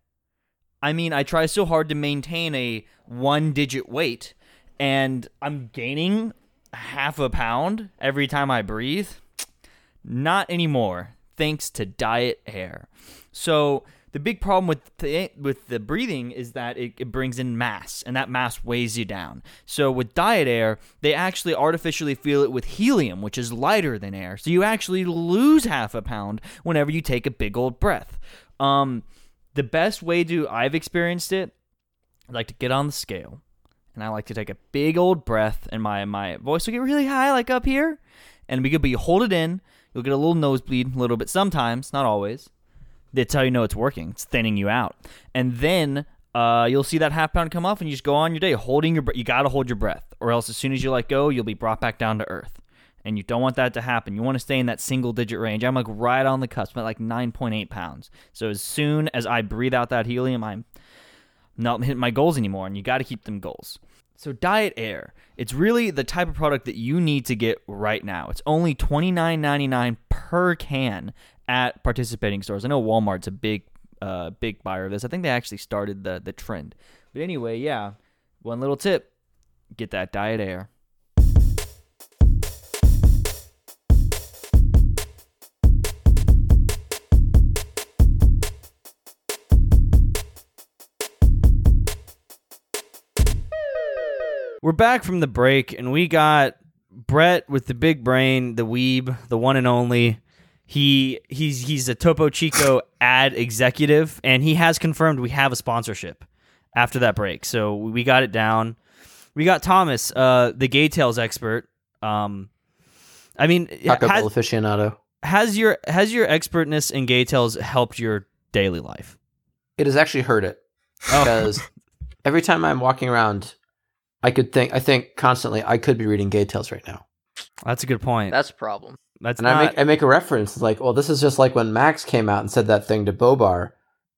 A: I mean I try so hard to maintain a one digit weight and I'm gaining half a pound every time I breathe not anymore thanks to diet air so the big problem with the, with the breathing is that it, it brings in mass and that mass weighs you down so with diet air they actually artificially fill it with helium which is lighter than air so you actually lose half a pound whenever you take a big old breath um, the best way to i've experienced it i like to get on the scale and I like to take a big old breath, and my my voice will get really high, like up here, and we could be hold it in. You'll get a little nosebleed, a little bit sometimes, not always. That's how you know it's working. It's thinning you out, and then uh, you'll see that half pound come off, and you just go on your day holding your. Bre- you gotta hold your breath, or else as soon as you let go, you'll be brought back down to earth. And you don't want that to happen. You want to stay in that single digit range. I'm like right on the cusp, I'm at like 9.8 pounds. So as soon as I breathe out that helium, I'm not hitting my goals anymore. And you got to keep them goals. So Diet Air, it's really the type of product that you need to get right now. It's only $29.99 per can at participating stores. I know Walmart's a big uh, big buyer of this. I think they actually started the the trend. But anyway, yeah. One little tip, get that Diet Air. We're back from the break, and we got Brett with the big brain, the weeb, the one and only. He he's he's a Topo Chico ad executive, and he has confirmed we have a sponsorship after that break. So we got it down. We got Thomas, uh, the gay tales expert. Um, I mean,
B: Taco
A: has,
B: Bell aficionado.
A: has your has your expertness in gay tales helped your daily life?
B: It has actually hurt it
A: Oh.
B: because every time I'm walking around, I could think I think constantly I could be reading Gay Tales right now,
A: That's a good point.
C: That's a problem.
A: That's
B: and
A: not,
B: I make I make a reference it's like, well, this is just like when Max came out and said that thing to Bobar.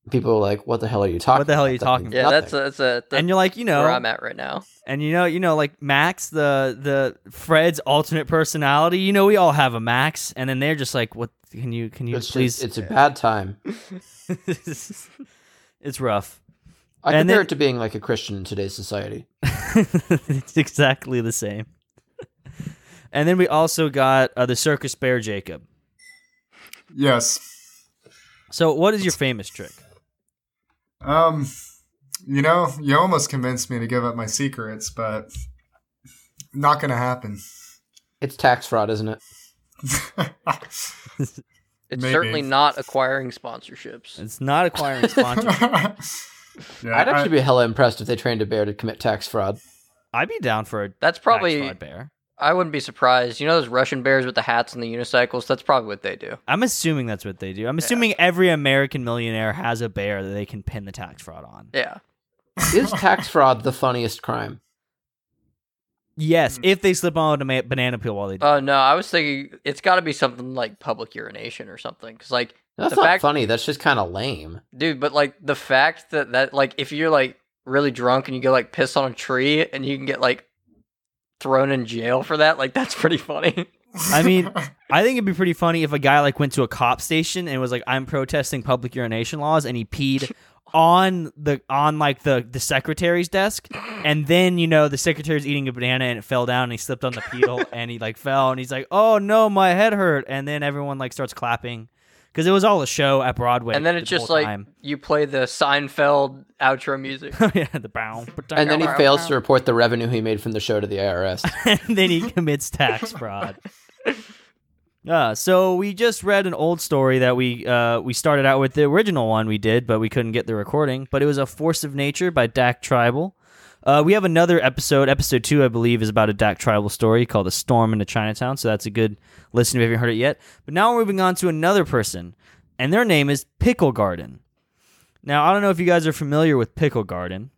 B: People are like, what the hell are you talking?
A: What the hell are
B: about?
A: you
B: That
A: talking
B: means
C: Yeah, that's a,
B: nothing."
C: that's a that's
A: and you're like you know
C: where I'm at right now.
A: And you know, you know, like Max, the the Fred's alternate personality. You know, we all have a Max, and then they're just like, "What can you can you
B: It's just-
A: please?"
B: it's a bad time.
A: *laughs* it's, rough. *laughs*
B: I
A: And
B: compare
A: then-
B: it to being like a Christian in today's society.
A: it's exactly the same. And then we also got uh, the circus bear Jacob.
D: Yes.
A: So, what is your famous trick?
D: Um, you know, you almost convinced me to give up my secrets, but not gonna happen. *laughs*
B: It's tax fraud, isn't it?
C: It's
D: Maybe.
C: certainly not acquiring sponsorships.
A: It's not
C: *laughs*
A: acquiring sponsors.
D: yeah,
B: I'd
D: I-
B: actually be hella impressed if they trained a bear to commit tax fraud.
A: I'd be down for a
C: That's
A: tax
C: probably
A: fraud bear.
C: I wouldn't be surprised. You know those Russian bears with the hats and the unicycles? That's probably what they do.
A: I'm assuming that's what they do. I'm assuming every American millionaire has a bear that they can pin the tax fraud on.
C: Yeah.
A: *laughs*
B: Is tax fraud the funniest crime?
A: Yes,
C: Mm.
A: if they slip on a ma- banana peel while they do.
C: Oh no, I was thinking it's got to be something like public urination or something cuz like
B: That's
C: the
B: not
C: fact
B: funny. That's just kind of lame.
C: dude, but like the fact that that like if you're like really drunk and you go like piss on a tree and you can get like thrown in jail for that, like that's pretty
A: *laughs*
C: funny.
A: I mean, I think it'd be pretty funny if a guy like went to a cop station and was like, "I'm protesting public urination laws," and he peed on the on like the the secretary's desk, and then you know the secretary's eating a banana and it fell down and he slipped
C: *laughs*
A: on the pedal and he like fell and he's like, "Oh no, my head hurt," and then everyone like starts clapping because it was all a show at Broadway.
C: and then
A: the
C: it's just
A: whole
C: like
A: time. *laughs*
C: you play the Seinfeld outro music.
A: yeah, the bow.
B: And then he fails to report the revenue he made from the show to the
A: *laughs*
B: IRS.
A: and then he commits tax fraud. Uh, so we just read an old story that we uh, we started out with the original one we did, but we couldn't get the recording. But it was a Force of Nature by Dak Tribal. Uh, we have another episode, episode two, I believe, is about a Dak Tribal story called "A Storm into Chinatown." So that's a good listen if you haven't heard it yet. But now we're moving on to another person, and their name is Pickle Garden. Now I don't know if you guys are familiar with Pickle Garden.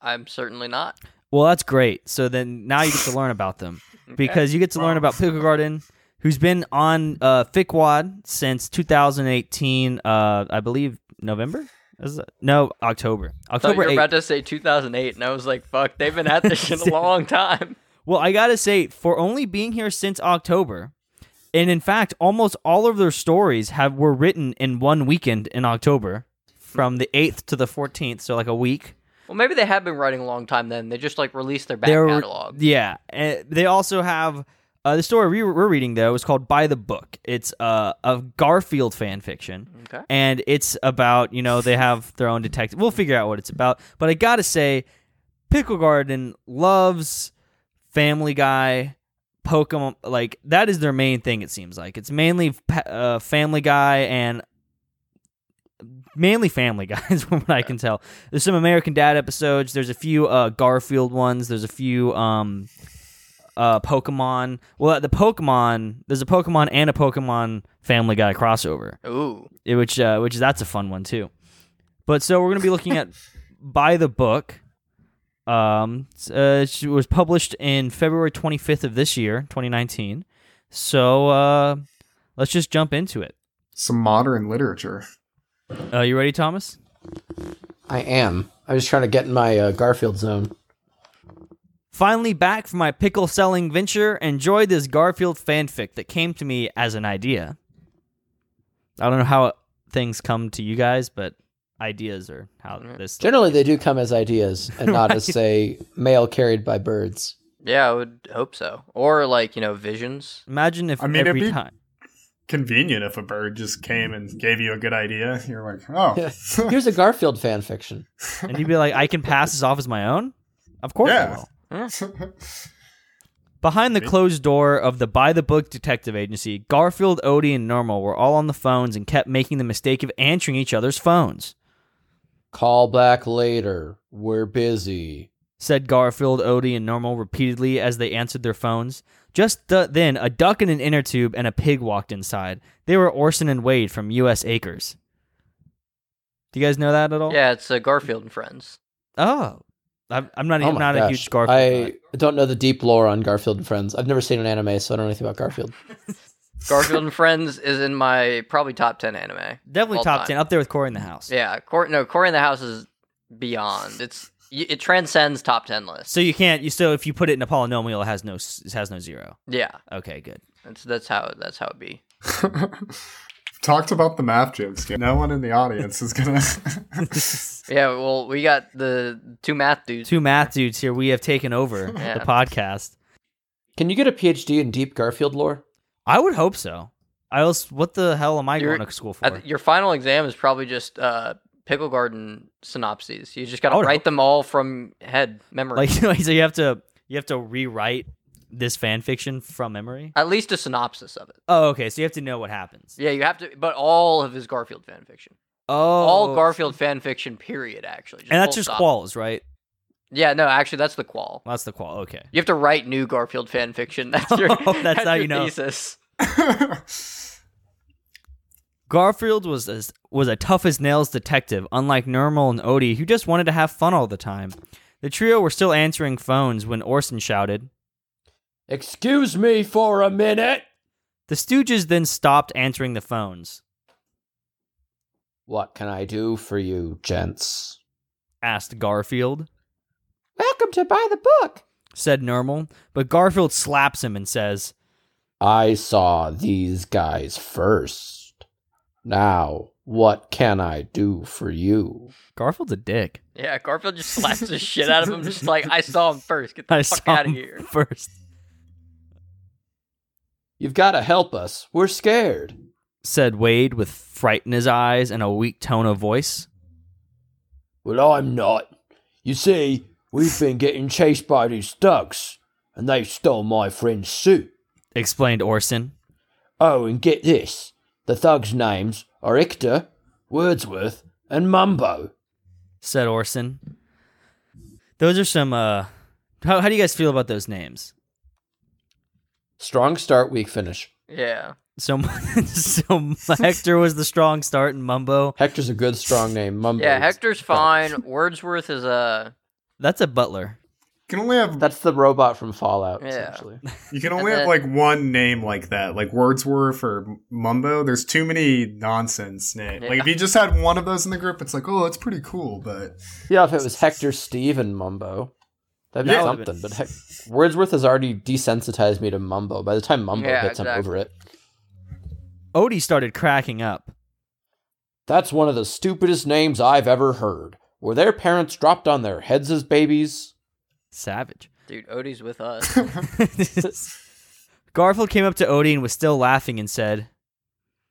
C: I'm
A: *laughs*
C: certainly not.
A: Well, that's great. So then now you get to learn about
C: *laughs*
A: them because you get to learn about Pickle Garden, who's been on uh, Fickwad since 2018. Uh, I believe November. Is it- No, October.
C: So
A: October
C: you're
A: 8th.
C: about to say 2008, and I was like, "Fuck, they've been at this
A: *laughs*
C: shit a long time."
A: Well, I gotta say, for only being here since October, and in fact, almost all of their stories have were written in one weekend in October, from the 8th to the 14th, so like a week.
C: Well, maybe they have been writing a long time. Then they just like released their back
A: They're-
C: catalog.
A: Yeah, and they also have uh, the story we we're reading though is called "By the Book." It's uh, a Garfield fan fiction,
C: Okay.
A: and it's about you know they have their own detective. We'll figure out what it's about, but I gotta say, Pickle Garden loves Family Guy. Pokemon, like that is their main thing. It seems like it's mainly pa- uh, Family Guy and mainly Family *laughs* Guy is from what I can tell. There's some American Dad episodes. There's a few uh, Garfield ones. There's a few um, uh, Pokemon. Well, the Pokemon there's a Pokemon and a Pokemon Family Guy crossover,
C: Ooh,
A: eh, which uh, which that's a fun one too. But so we're gonna be looking at by the book. Um, it's, uh, it was published in February 25th of this year, 2019. So uh, let's just jump into it.
D: Some modern literature.
A: Uh, you ready, Thomas?
B: I am. I was trying to get in my uh, Garfield zone.
A: Finally back from my pickle selling venture, enjoyed this Garfield fanfic that came to me as an idea. I don't know how things come to you guys, but ideas are how this.
B: Generally, they do come as ideas and not as, say, mail carried by birds. *laughs*
C: yeah, I would hope so. Or like you know, visions.
A: Imagine if
D: I mean, it'd
A: every
D: be-
A: time.
D: Convenient if a bird just came and gave you a good idea. You're like, oh,
B: Here's a Garfield fan fiction.
A: And you'd be like, I can pass this off as my own? Of course I
D: Yeah.
A: will. Behind the closed door of the by the book detective agency, Garfield, Odie, and Normal were all on the phones and kept making the mistake of answering each other's phones.
B: Call back later. We're busy.
A: said Garfield, Odie, and Normal repeatedly as they answered their phones. Just th- then, a duck in an inner tube and a pig walked inside. They were Orson and Wade from U.S. Acres. Do you guys know that at all?
C: Yeah, it's uh, Garfield and Friends.
A: Oh, I'm, I'm not.
B: Oh
A: I'm
B: my
A: not a
B: gosh.
A: huge Garfield.
B: I
A: guy.
B: don't know the deep lore on Garfield and Friends. I've never seen an anime, so I don't know anything about Garfield.
A: *laughs*
C: Garfield and Friends is in my probably top ten anime.
A: Definitely
C: all
A: top
C: time.
A: ten, up there with Corey in the House.
C: Yeah, Cor- no, Corey in the House is beyond. It's y- it transcends top ten lists.
A: So you can't. You so if you put it in a polynomial, it has no. s- It has no zero.
C: Yeah,
A: Okay, good.
C: that's that's how that's how it be.
D: *laughs* Talked about the math jokes. No one in the audience
B: *laughs*
D: is gonna. *laughs*
C: Yeah, well, we got the two math dudes.
A: Two math dudes here. We have taken
C: *laughs*
A: over
C: Yeah.
A: the podcast.
B: Can you get a PhD in deep Garfield lore?
A: I would hope so. I else. What the hell am I
C: You're-
A: going to school for?
C: I th- your final exam is probably just uh, pickle garden synopses. You just got
A: I
C: to
A: would
C: write
A: hope-
C: them all from head
A: like *laughs*
C: memory.
A: so you have to you have to rewrite this fan fiction from memory
C: At least a synopsis of it.
A: oh okay so you have to know what happens
C: Yeah, you have to, but all of his Garfield fan fiction,
A: oh
C: all Garfield fan fiction, period. Actually,
A: and that's
C: full
A: just
C: stop.
A: quals right
C: Yeah, no, actually, that's the qual.
A: that's the qual okay
C: You have to write new Garfield fan fiction. *laughs* That's your.
A: Oh, *laughs* that's how
C: your
A: you know.
C: Thesis.
A: garfield was a, was a tough as nails detective unlike normal and odie who just wanted to have fun all the time the trio were still answering phones when orson shouted
B: Excuse me for a minute.
A: the stooges then stopped answering the phones
B: What can I do for you, gents?
A: asked garfield
B: Welcome to Buy the Book.
A: said normal but garfield slaps him and says
B: I saw these guys first. Now, what can I do for you?
A: garfield's a dick *laughs*
C: Yeah, Garfield just slaps the shit out of him. Just like I saw him first. Get
A: *laughs*
C: the
A: i
C: fuck
A: saw
C: out of
A: him
C: here.
A: first
B: You've got to help us. We're scared.
A: said Wade with fright in his eyes and a weak tone of voice.
B: Well, I'm not. You see, we've been getting chased by these thugs, and they stole my friend's suit.
A: Explained Orson.
B: Oh, and get this the thugs' names are Ictor, Wordsworth, and Mumbo.
A: Said Orson. Those are some. uh How, how do you guys feel about those names?
B: Strong start, weak finish.
C: Yeah.
A: So, *laughs* so Hector was the strong start, and Mumbo.
B: Hector's a good, *laughs* strong name. Mumbo.
C: Yeah, Hector's fine. Wordsworth is uh, a
A: That's a butler.
D: You can only have
B: That's the robot from Fallout,
C: Yeah.
B: essentially.
D: you can only
C: and
D: have like one name like that, like Wordsworth or Mumbo. There's too many nonsense names. Like if you just had one of those in the group, it's like, oh, that's pretty cool. But *laughs*
B: Yeah, if it was Hector, Steve, and Mumbo, that'd be
A: Yeah.
B: something. But heck, Wordsworth has already desensitized me to Mumbo. By the time Mumbo
C: Yeah,
B: hits, I'm
C: exactly.
B: over it.
A: Odie started cracking up.
B: That's one of the stupidest names I've ever heard. Were their parents dropped on their heads as babies?
A: Savage. *laughs*
C: dude. Odie's with us.
A: Garfield came up to Odie and was still laughing and said,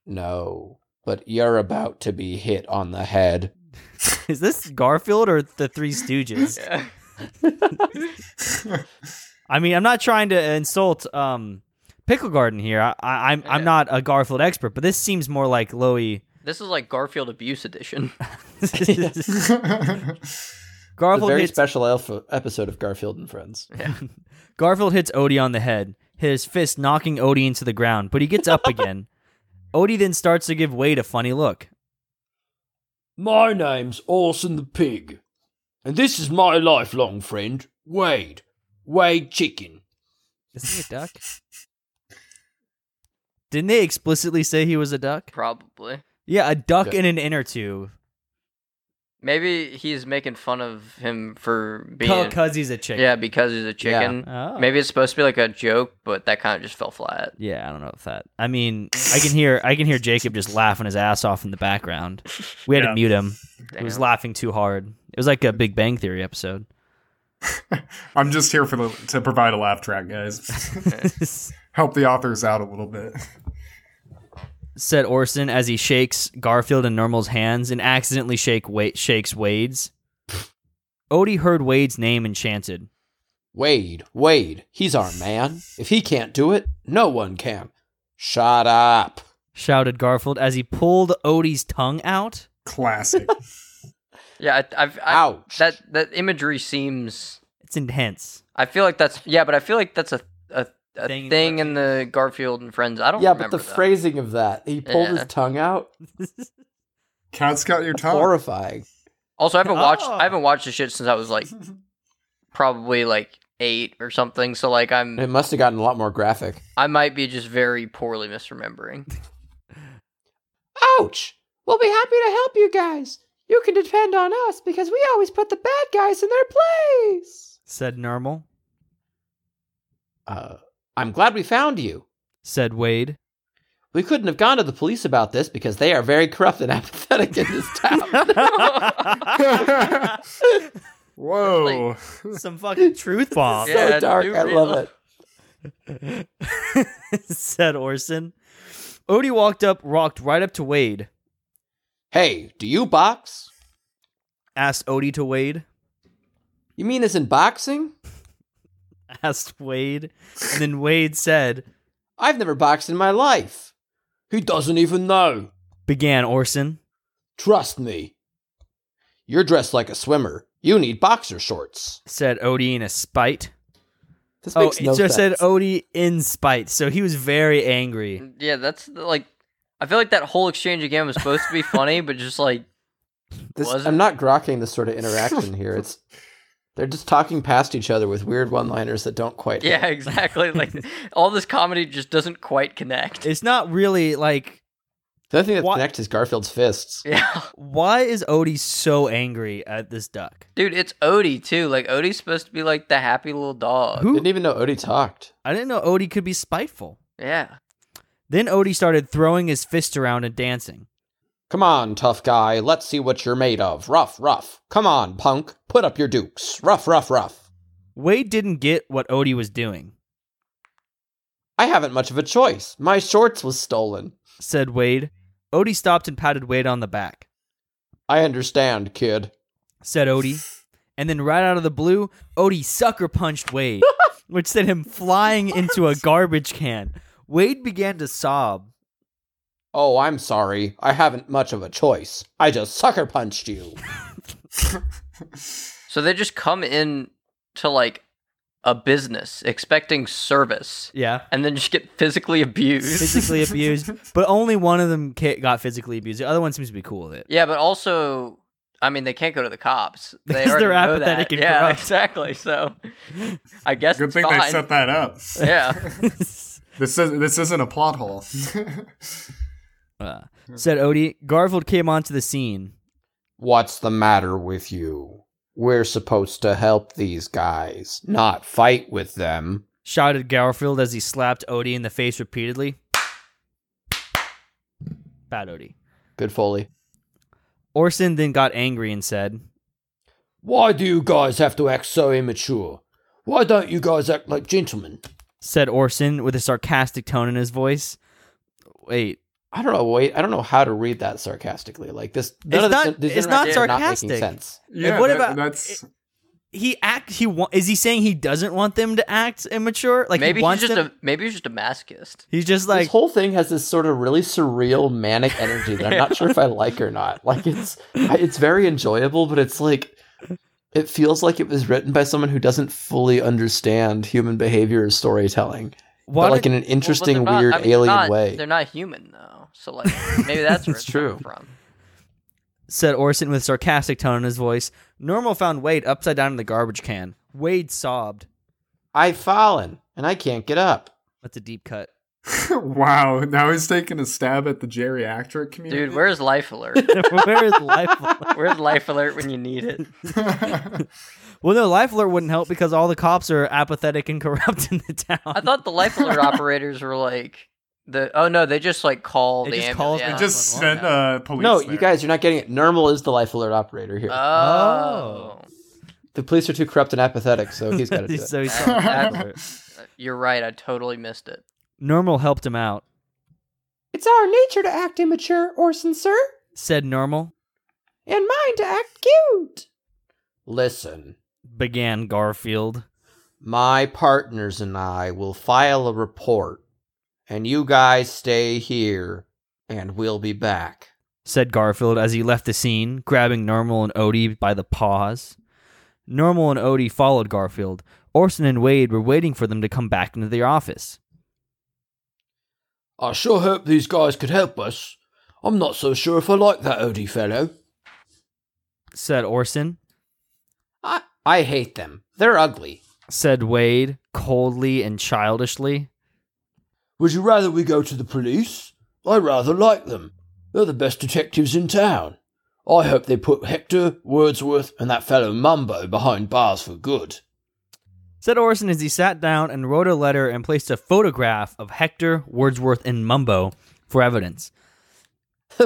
B: No, but you're about to be hit on the head.
A: Is this Garfield or the Three Stooges?
C: Yeah.
A: I mean, I'm not trying to insult um, Pickle Garden here. I, I, I'm, I'm
C: Yeah.
A: not a Garfield expert, but this seems more like
C: *laughs*
A: Loey.
C: This is like Garfield abuse edition.
B: The
A: *laughs* Garfield
B: very
A: hits,
B: special alpha episode of Garfield and Friends.
A: Garfield hits Odie on the head, his fist knocking Odie into the ground, but he gets
C: *laughs*
A: up again. Odie then starts to give Wade a funny look.
B: *laughs* My name's Orson the Pig, and this is my lifelong friend, Wade. Wade Chicken.
A: Is he a duck? Didn't they explicitly say he was a duck?
C: Probably.
A: Yeah, a duck
B: Yeah.
A: in an inner tube.
C: Maybe he's making fun of him for being.
A: Oh, cause he's a chicken.
C: yeah, because he's a chicken.
A: Oh.
C: Maybe it's supposed to be like a joke, but that kind of just fell flat.
A: Yeah, I don't know if that. I mean, I can hear I can hear Jacob just laughing his ass off in the background. We had to
D: Yeah.
A: mute him. He
C: Damn.
A: was laughing too hard. It was like a Big Bang Theory episode.
D: I'm just here for the to provide a laugh track, guys. *laughs* Help the authors out a little bit.
A: *laughs* Said Orson as he shakes Garfield and Normal's hands and accidentally shake Wa- shakes Wade's. Odie heard Wade's name and chanted.
B: Wade, Wade, he's our man. If he can't do it, no one can. Shut up.
A: Shouted Garfield as he pulled Odie's tongue out.
C: *laughs*
D: Classic.
C: Yeah, I, I've, I,
B: Ouch.
C: That that imagery seems.
A: It's intense. *laughs*
C: I feel like that's yeah, but I feel like that's a a, a
A: Thing in
C: thing, in the Garfield and Friends. I don't.
B: Yeah, but
C: remember
B: the
C: that.
B: phrasing of that, he pulled
C: Yeah.
B: his tongue out.
D: Cat's got your tongue.
B: Horrifying.
C: Also, I haven't watched
A: Oh.
C: I haven't watched this shit since I
A: *laughs*
C: was like probably like eight or something. So like I'm
B: It must have gotten a lot more graphic.
C: I might be just very poorly misremembering.
A: *laughs*
B: Ouch! We'll be happy to help you guys. You can depend on us because we always put the bad guys in their place.
A: Said Normal.
B: Uh, I'm glad we found you.
A: Said
C: *laughs*
A: Wade. *laughs*
B: We couldn't have gone to the police about this because they are very corrupt and *laughs* apathetic in this
C: *laughs*
B: town.
D: Whoa.
A: Some fucking truth bomb.
C: Yeah,
B: so
C: it's
B: dark.
C: too
B: I love
C: real.
B: it.
A: *laughs* said Orson. Odie walked up, walked right up to Wade,
B: Hey, do you box?
A: asked Odie to Wade, *laughs*
B: You mean as in boxing?
A: asked Wade, and then Wade said,
B: I've never boxed in my life. He doesn't even know.
A: began Orson.
B: Trust me. You're dressed like a swimmer. You need boxer shorts.
A: Said Odie in a spite.
B: This
A: Oh,
B: makes
A: it
B: no
A: just said
B: sense.
A: Odie in spite. So he was very angry.
C: yeah, that's the, like I feel like that whole exchange again was supposed to be funny, but just like
B: This,
C: Was
B: I'm
C: it?
B: not grokking this sort of interaction here.
A: *laughs*
B: It's they're just talking past each other with weird one-liners that don't quite. hit.
C: yeah, *laughs* exactly. Like all this comedy just doesn't quite connect.
A: It's not really like
B: The other thing that
A: Why-
B: connects is Garfield's fists.
C: *laughs* Yeah,
A: why is Odie so angry at this duck?
C: dude, it's Odie too. Like Odie's supposed to be like the happy little dog.
A: Who
B: Uh, Didn't even know Odie talked.
A: I didn't know Odie could be spiteful.
C: Yeah,
A: Then Odie started throwing his fist around and dancing.
B: Come on, tough guy. Let's see what you're made of. Rough, rough. Come on, punk. Put up your dukes. Rough, rough, rough.
A: Wade didn't get what Odie was doing.
B: I haven't much of a choice. My shorts was stolen.
A: said Wade. Odie stopped and patted Wade on the back,
B: I understand, kid.
A: said Odie. And then, right out of the blue, Odie sucker punched Wade, which sent him flying into a garbage can. Wade began to sob.
B: Oh, I'm sorry. I haven't much of a choice. I just sucker punched you.
C: So they just come in to like a business expecting service
A: Yeah.
C: and then just get physically abused.
A: Physically abused, but only one of them ca- got physically abused. The other one seems to be cool with it.
C: *laughs* Yeah, but also, I mean, they can't go to the
A: *laughs*
C: cops. They
A: Because
C: already
A: they're
C: know
A: apathetic
C: that.
A: and
C: Yeah,
A: corrupt.
C: *laughs*
A: *laughs*
C: exactly. So I guess
D: Good
C: it's
D: thing
C: fine.
D: they set that up.
C: yeah.
D: This is this isn't a plot hole.
A: Uh, said Odie. Garfield came onto the scene.
B: What's the matter with you? We're supposed to help these guys, not fight with them.
A: shouted Garfield as he slapped Odie in the face repeatedly. Bad Odie.
B: Good Foley.
A: Orson then got angry and said,
B: Why do you guys have to act so immature? Why don't you guys act like gentlemen?
A: said Orson with a sarcastic tone in his voice. Wait,
B: I don't know. Wait, I don't know how to read that sarcastically. Like this,
A: It's
B: none of
A: not-
B: this, these
A: it's not
B: interactions are
A: sarcastic.
B: making sense.
D: yeah,
A: what
D: that-
A: about-
D: that's *laughs*
A: he act he wa- is he saying he doesn't want them to act immature? Like he
C: maybe he's
A: wants
C: just
A: them-
C: a maybe he's just a masochist.
A: he's just
B: this
A: like
B: whole thing has this sort of really surreal, manic energy that I'm not sure if I like or not. Like it's, I- it's very enjoyable, but it's like, it feels like it was written by someone who doesn't fully understand human behavior or storytelling,
A: why
B: but like
A: did-
B: in an
C: Well, but they're
B: interesting,
C: not-
B: weird,
C: I mean,
B: alien
C: they're not-
B: way.
C: They're not human though, so like
B: *laughs*
C: maybe that's where
B: It's
C: it's coming
B: true.
C: from.
A: said Orson with sarcastic tone in his voice. Normal found Wade upside down in the garbage can. Wade sobbed.
B: I've fallen and I can't get up.
A: That's a deep cut.
D: wow. Now he's taking a stab at the geriatric community.
C: Dude, where's life alert?
A: *laughs* Where is life?
C: Where's life alert when you need it?
A: *laughs*
D: *laughs*
A: Well, no, life alert wouldn't help because all the cops are apathetic and *laughs* corrupt in the town.
C: I thought the life
B: *laughs*
C: alert operators were like the oh no, they just like call
A: They
C: the
A: just
C: ambulance.
A: call-
C: yeah.
A: they
D: Just send uh, police.
B: No,
D: there.
B: you *laughs* guys, you're not getting it. Normal is the life alert operator here.
C: Uh, Oh.
B: the police are too corrupt and apathetic, so *laughs*
A: *laughs*
B: he's
C: *laughs*
B: got to do it.
A: so he's
C: Oh,
A: life
C: that's- *laughs*
A: alert.
C: You're right, I totally missed it.
A: Normal helped him out.
B: It's our nature to act immature, Orson, sir,
A: Said Normal,
B: and mine to act cute. Listen,
A: began Garfield.
B: my partners and I will file a report, and you guys stay here, and we'll be back.
A: Said Garfield as he left the scene, grabbing Normal and Odie by the paws. Normal and Odie followed Garfield. Orson and Wade were waiting for them to come back into their office.
B: I sure hope these guys could help us. I'm not so sure if I like that Odie fellow.
A: Said Orson.
B: I, I hate them. They're ugly.
A: Said Wade, coldly and childishly.
B: Would you rather we go to the police? I rather like them. They're the best detectives in town. I hope they put Hector, Wordsworth, and that fellow Mumbo behind bars for good. *laughs*
A: Said Orson as he sat down and wrote a letter and placed a photograph of Hector, Wordsworth, and Mumbo for evidence.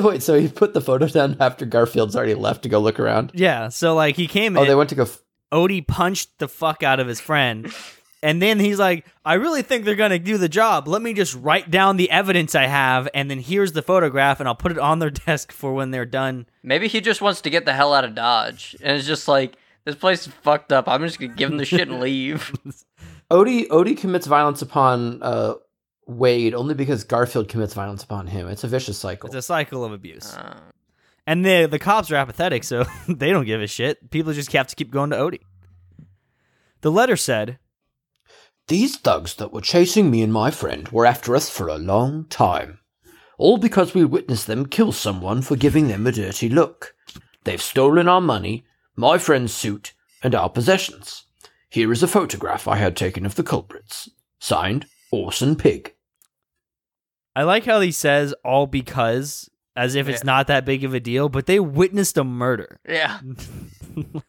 B: Wait, so he put the photo down after Garfield's already left to go look around?
A: Yeah, so like he came
B: Oh,
A: in,
B: they went to go. F-
A: Odie punched the fuck out of his friend, and then he's like, I really think they're gonna do the job. Let me just write down the evidence I have, and then here's the photograph, and I'll put it on their *laughs* desk for when they're done.
C: Maybe he just wants to get the hell out of Dodge, and it's just like this place is fucked up. I'm just gonna give him the shit
B: *laughs*
C: and leave.
B: Odie, Odie commits violence upon uh, Wade only because Garfield commits violence upon him. It's a vicious cycle.
A: It's a cycle of abuse.
C: Uh,
A: And the the cops are apathetic, so *laughs* they don't give a shit. People just have to keep going to Odie. The letter said,
B: These thugs that were chasing me and my friend were after us for a long time. All because we witnessed them kill someone for giving them a dirty look. They've stolen our money, my friend's suit, and our possessions. Here is a photograph I had taken of the culprits. Signed, Orson Pig.
A: I like how he says all because as if it's
C: Yeah.
A: not that big of a deal, but they witnessed a murder. *laughs*
C: yeah.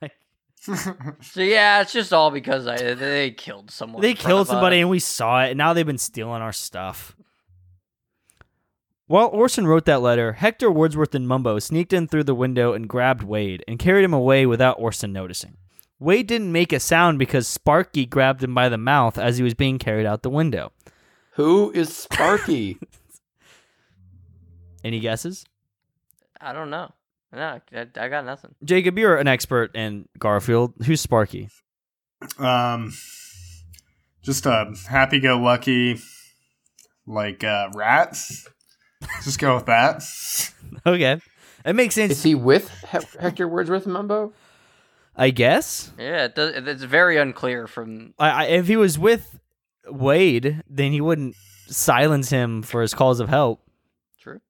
A: like,
C: So yeah, it's just all because I they killed someone.
A: they
C: in front
A: killed
C: of
A: somebody
C: us.
A: and we saw it, and now they've been stealing our stuff. While Orson wrote that letter, Hector Wordsworth and Mumbo sneaked in through the window and grabbed Wade and carried him away without Orson noticing. Wade didn't make a sound because Sparky grabbed him by the mouth as he was being carried out the window.
B: Who is Sparky?
A: Any guesses?
C: I don't know. No, I, I got nothing.
A: Jacob, you're an expert in Garfield. Who's Sparky? *laughs*
D: Um, just a happy-go-lucky, like uh, rat. just go with that.
A: Okay, it makes
B: Is
A: sense,
B: he with Hec- Hector Wordsworth Mumbo?
A: I guess.
C: Yeah, it does, it's very unclear from.
A: I, I, if he was with Wade, then he wouldn't silence him for his calls of help.
C: True.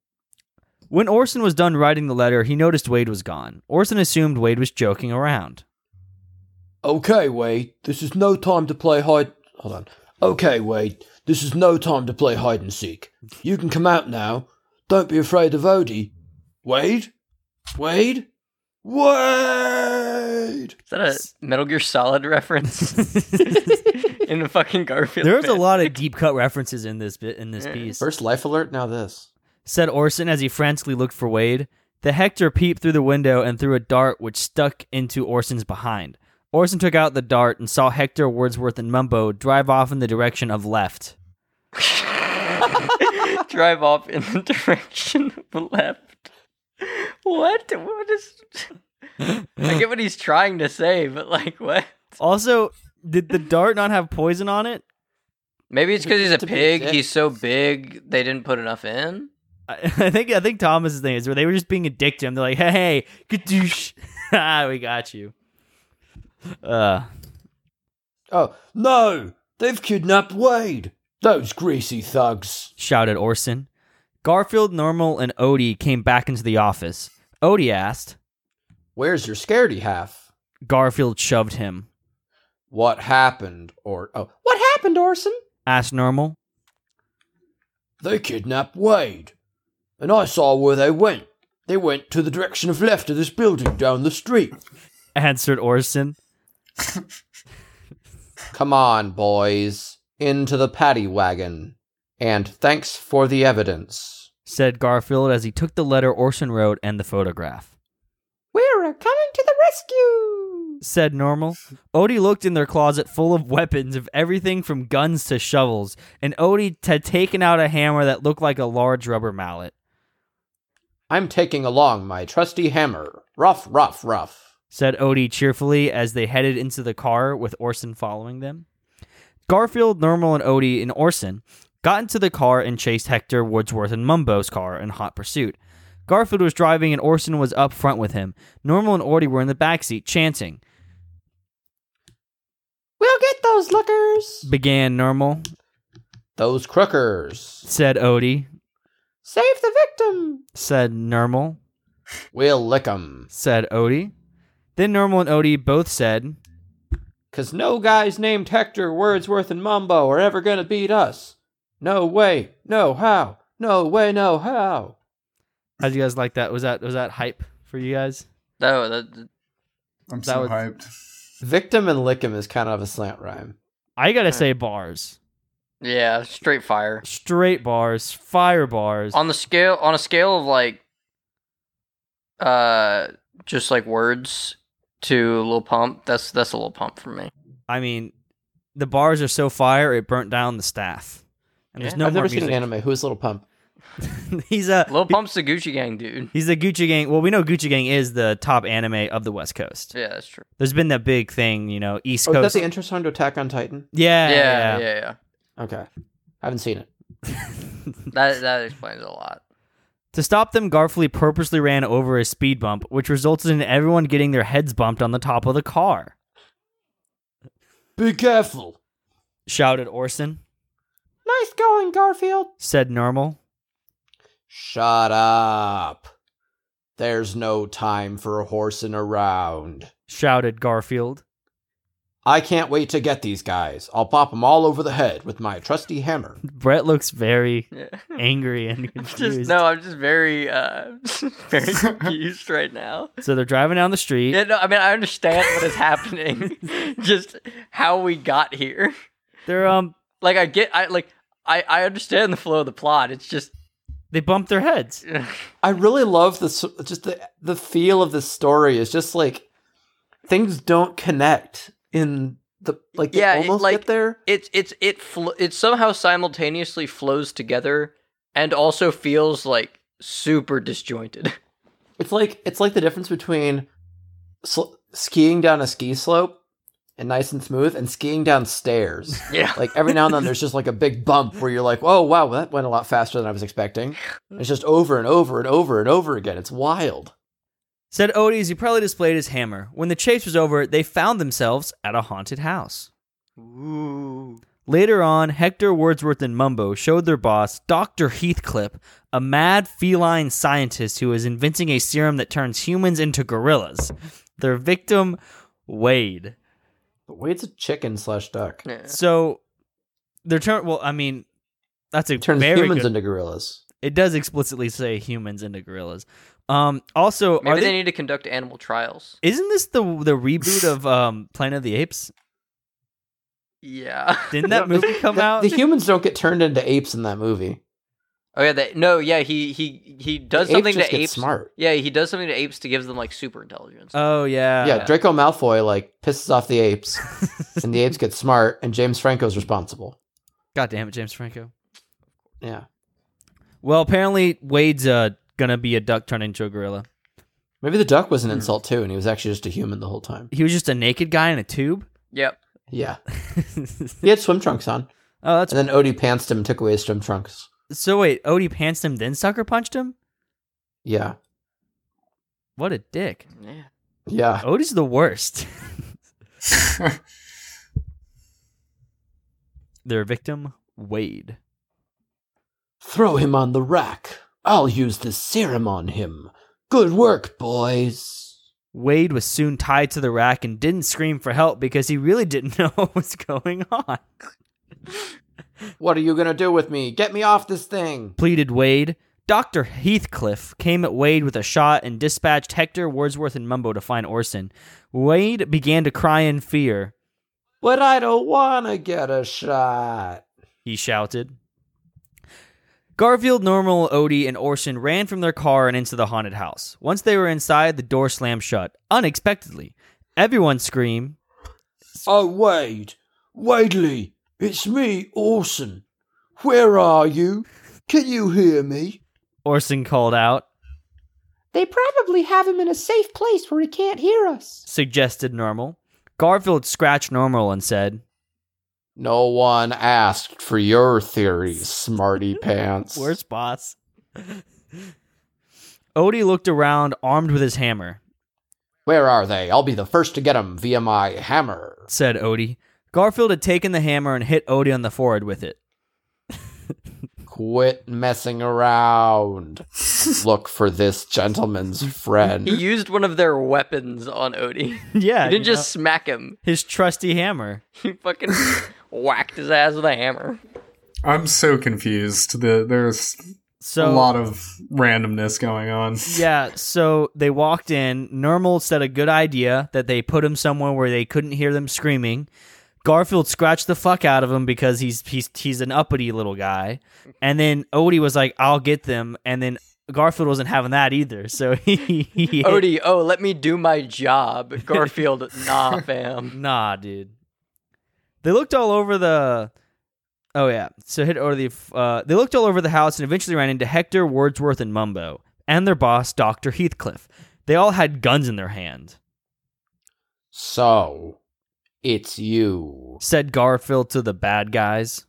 A: When Orson was done writing the letter, he noticed Wade was gone. Orson assumed Wade was joking
C: *laughs*
A: around.
B: Okay, Wade, this is no time to play hide. Hold on. Okay, Wade, this is no time to play hide and seek. You can come out now. Don't be afraid of Odie. Wade? Wade? Wade!
C: Is that a Metal Gear
B: *laughs*
C: Solid reference in the fucking Garfield?
A: There's a
C: bit?
A: lot
C: *laughs*
A: of deep cut references in this bit in this
C: Yeah.
A: piece.
B: First life alert, now this.
A: said Orson as he frantically looked for Wade. The Hector peeped through the window and threw a dart which stuck into Orson's behind. Orson took out the dart and saw Hector, Wordsworth, and Mumbo drive off in the direction of left.
C: *laughs* drive off in the direction of the left. What? What is? I get what he's trying to say, but like what?
A: Also, did the dart not have poison on it?
C: Maybe it's because he's a
B: To be
C: pig.
B: dick.
C: He's so big they didn't put enough in.
A: I, *laughs* I think I think Thomas's thing is where they were just being a dick to him. They're like, "Hey, hey, kadoosh, *laughs* ah, we got you." Uh,
B: Oh, no! They've kidnapped Wade! Those greasy thugs!
A: shouted Orson. Garfield, Normal, and Odie came back into the office. Odie asked.
B: Where's your scaredy half?
A: Garfield shoved him.
B: What happened, or. Oh, what happened, Orson?
A: Asked Normal.
B: They kidnapped Wade. And I saw where they went. They went to the direction of left of this building down the street.
A: answered Orson.
B: Come on, boys. Into the paddy wagon. And thanks for the evidence.
A: Said Garfield as he took the letter Orson wrote and the photograph.
B: We're coming to the rescue!
A: Said Normal. Odie looked in their closet full of *laughs* weapons of everything from guns to shovels, and Odie had taken out a hammer that looked like a large rubber mallet.
B: I'm taking along my trusty hammer. Rough, rough, rough.
A: said Odie cheerfully as they headed into the car with Orson following them. Garfield, Normal, and Odie and Orson got into the car and chased Hector, Wordsworth, and Mumbo's car in hot pursuit. Garfield was driving and Orson was up front with him. Normal and Odie were in the backseat chanting.
B: We'll get those lookers!
A: Began Normal,
B: Those crookers.
A: said Odie,
B: Save the victim!
A: said Normal,
B: We'll lick 'em.
A: said Odie. Then Normal and Odie both said,
B: 'Cause no guys named Hector, Wordsworth, and Mumbo are ever gonna beat us. No way, no how, no way, no how.
A: How do you guys like that? Was that was that hype for you guys?
C: No, that,
D: I'm
A: That
D: so
A: was-
D: hyped.
B: Victim and lick 'em is kind of a slant rhyme.
A: I gotta say bars.
C: yeah, straight fire.
A: Straight bars, fire bars.
C: On the scale, on a scale of like, uh, just like words to Lil Pump. That's that's a Lil Pump for me.
A: I mean, the bars are so fire it burnt down the staff. And there's
C: Yeah.
A: no
B: I've
A: more
B: never
A: music.
B: seen an anime. Who's Little Pump?
A: *laughs* he's a
C: Lil Pump's the Gucci Gang dude.
A: he's the Gucci Gang. Well, we know Gucci Gang is the top anime of the West Coast.
C: Yeah, that's true.
A: There's been that big thing, you know, East
B: Oh, is
A: Coast.
B: that the intro song to Attack on Titan?
A: yeah,
C: Yeah, yeah, yeah.
B: Okay. I haven't seen it.
C: That that explains a lot.
A: To stop them, Garfully purposely ran over a speed bump, which resulted in everyone getting their heads bumped on the top of the car.
B: Be careful.
A: Shouted Orson.
B: Nice going, Garfield.
A: Said Normal.
B: Shut up. There's no time for horsing around.
A: Shouted Garfield.
B: I can't wait to get these guys. I'll pop 'em all over the head with my trusty hammer.
A: Brett looks
C: *laughs*
A: very
C: Yeah.
A: angry and
C: I'm
A: confused.
C: just no, I'm just very uh *laughs* very confused right now.
A: So they're driving down the street.
C: Yeah, no, I mean I understand what is
A: *laughs*
C: happening. just how we got here.
A: They're um
C: Like I get I like I I understand the flow of the plot. It's just *laughs*
A: they bumped their heads.
B: I really love the s- just the the feel of this story is just like things don't connect in the like they
C: Yeah, it-
B: almost
C: like-
B: get there.
C: it's it's it fl- it somehow simultaneously flows together and also feels like super disjointed. *laughs*
B: It's like it's like the difference between sl- skiing down a ski slope and nice and smooth, and skiing down
C: *laughs*
B: stairs.
C: Yeah.
B: Like every now and then, there's just like a big bump where you're like, "Oh wow, well, that went a lot faster than I was expecting." And it's just over and over and over and over again. It's wild.
A: Said Otis, he probably displayed his hammer. When the chase was over, they found themselves at a haunted house.
C: Ooh.
A: Later on, Hector, Wordsworth, and Mumbo showed their boss, Dr. Heathcliff, a mad feline scientist who is inventing a serum that turns humans into gorillas. Their victim, Wade.
B: But Wade's a chicken slash duck.
C: Yeah.
A: So, their turn. Well, I mean, that's a
B: Turns
A: very
B: humans
A: good.
B: into gorillas.
A: it does explicitly say humans into gorillas. Um. Also, are
C: Maybe they,
A: they-
C: need to conduct animal trials.
A: isn't this the the reboot of um Planet of the Apes?
C: Yeah.
A: Didn't that movie
C: *laughs*
A: come
B: *laughs* The-
A: out?
B: the humans don't get turned into apes in that movie.
C: Oh yeah, that no, yeah, he he he does
B: The apes
C: something
B: just
C: to
B: get
C: apes.
B: smart.
C: Yeah, he does something to apes to give them like super intelligence.
A: Oh
C: Uh,
A: yeah.
B: yeah, Draco Malfoy like pisses off the
C: *laughs*
B: apes, and the apes get smart, and James Franco's responsible.
A: God damn it, James Franco.
B: Yeah,
A: Well, apparently Wade's uh gonna be a duck turned into a gorilla.
B: maybe the duck
C: Hmm.
B: was an insult too, and he was actually just a human the whole
C: *laughs*
B: time.
A: He was just a naked guy in a tube. *laughs*
C: Yep.
B: Yeah,
A: oh,
B: he had swim trunks on,
A: that's
B: and then Odie pantsed him and took away his swim trunks.
A: so. Wait, Odie pantsed him, then sucker punched him.
B: Yeah,
A: What a dick.
C: Yeah.
B: yeah.
A: Odie's the worst. *laughs* Their victim, Wade.
B: Throw him on the rack. I'll use the serum on him. Good work, boys.
A: Wade was soon tied to the rack and didn't scream for help because he really didn't *laughs* know what was going on.
B: What are you gonna do with me? Get me off this thing.
A: pleaded Wade. Dr. Heathcliff came at Wade with a shot and dispatched Hector, Wordsworth, and Mumbo to find Orson. Wade began to cry in fear.
B: But I don't wanna get a shot.
A: He shouted. Garfield, Normal, Odie, and Orson ran from their car and into the haunted house. Once they were inside, the door slammed shut, unexpectedly. Everyone screamed.
B: Oh, Wade. Wadley, it's me, Orson. Where are you? Can you hear me?
A: Orson called out,
B: They probably have him in a safe place where he can't hear us.
A: suggested Normal. Garfield scratched Normal and said,
B: No one asked for your theory, *laughs* smarty pants.
A: *laughs* Worst boss. Odie looked around, armed with his hammer,
B: Where are they? I'll be the first to get 'em via my hammer.
A: said Odie. Garfield had taken the hammer and hit Odie on the forehead with it.
B: Quit messing *laughs* around. Look for this gentleman's *laughs*
C: He
B: friend.
C: used one of their weapons on Odie.
A: yeah.
C: He didn't just smack him.
A: his trusty hammer.
C: He fucking *laughs* whacked his ass with a hammer.
D: I'm so confused. The, there's
A: So
D: a lot of randomness going on. *laughs*
A: Yeah, so they walked in. Normal said a good idea that they put him somewhere where they couldn't hear them screaming. Garfield scratched the fuck out of him because he's he's he's an uppity little guy. And then Odie was like, "I'll get them." And then Garfield wasn't having that either. So *laughs* he, he hit-
C: *laughs* Odie, oh, let me do my job. Garfield, nah, fam.
A: Nah, dude. They looked all over the. Oh yeah, so hit over the. Uh, they looked all over the house and eventually ran into Hector, Wordsworth, and Mumbo, and their boss, Doctor Heathcliff. They all had guns in their hand.
B: So, it's you.
A: Said Garfield to the bad guys.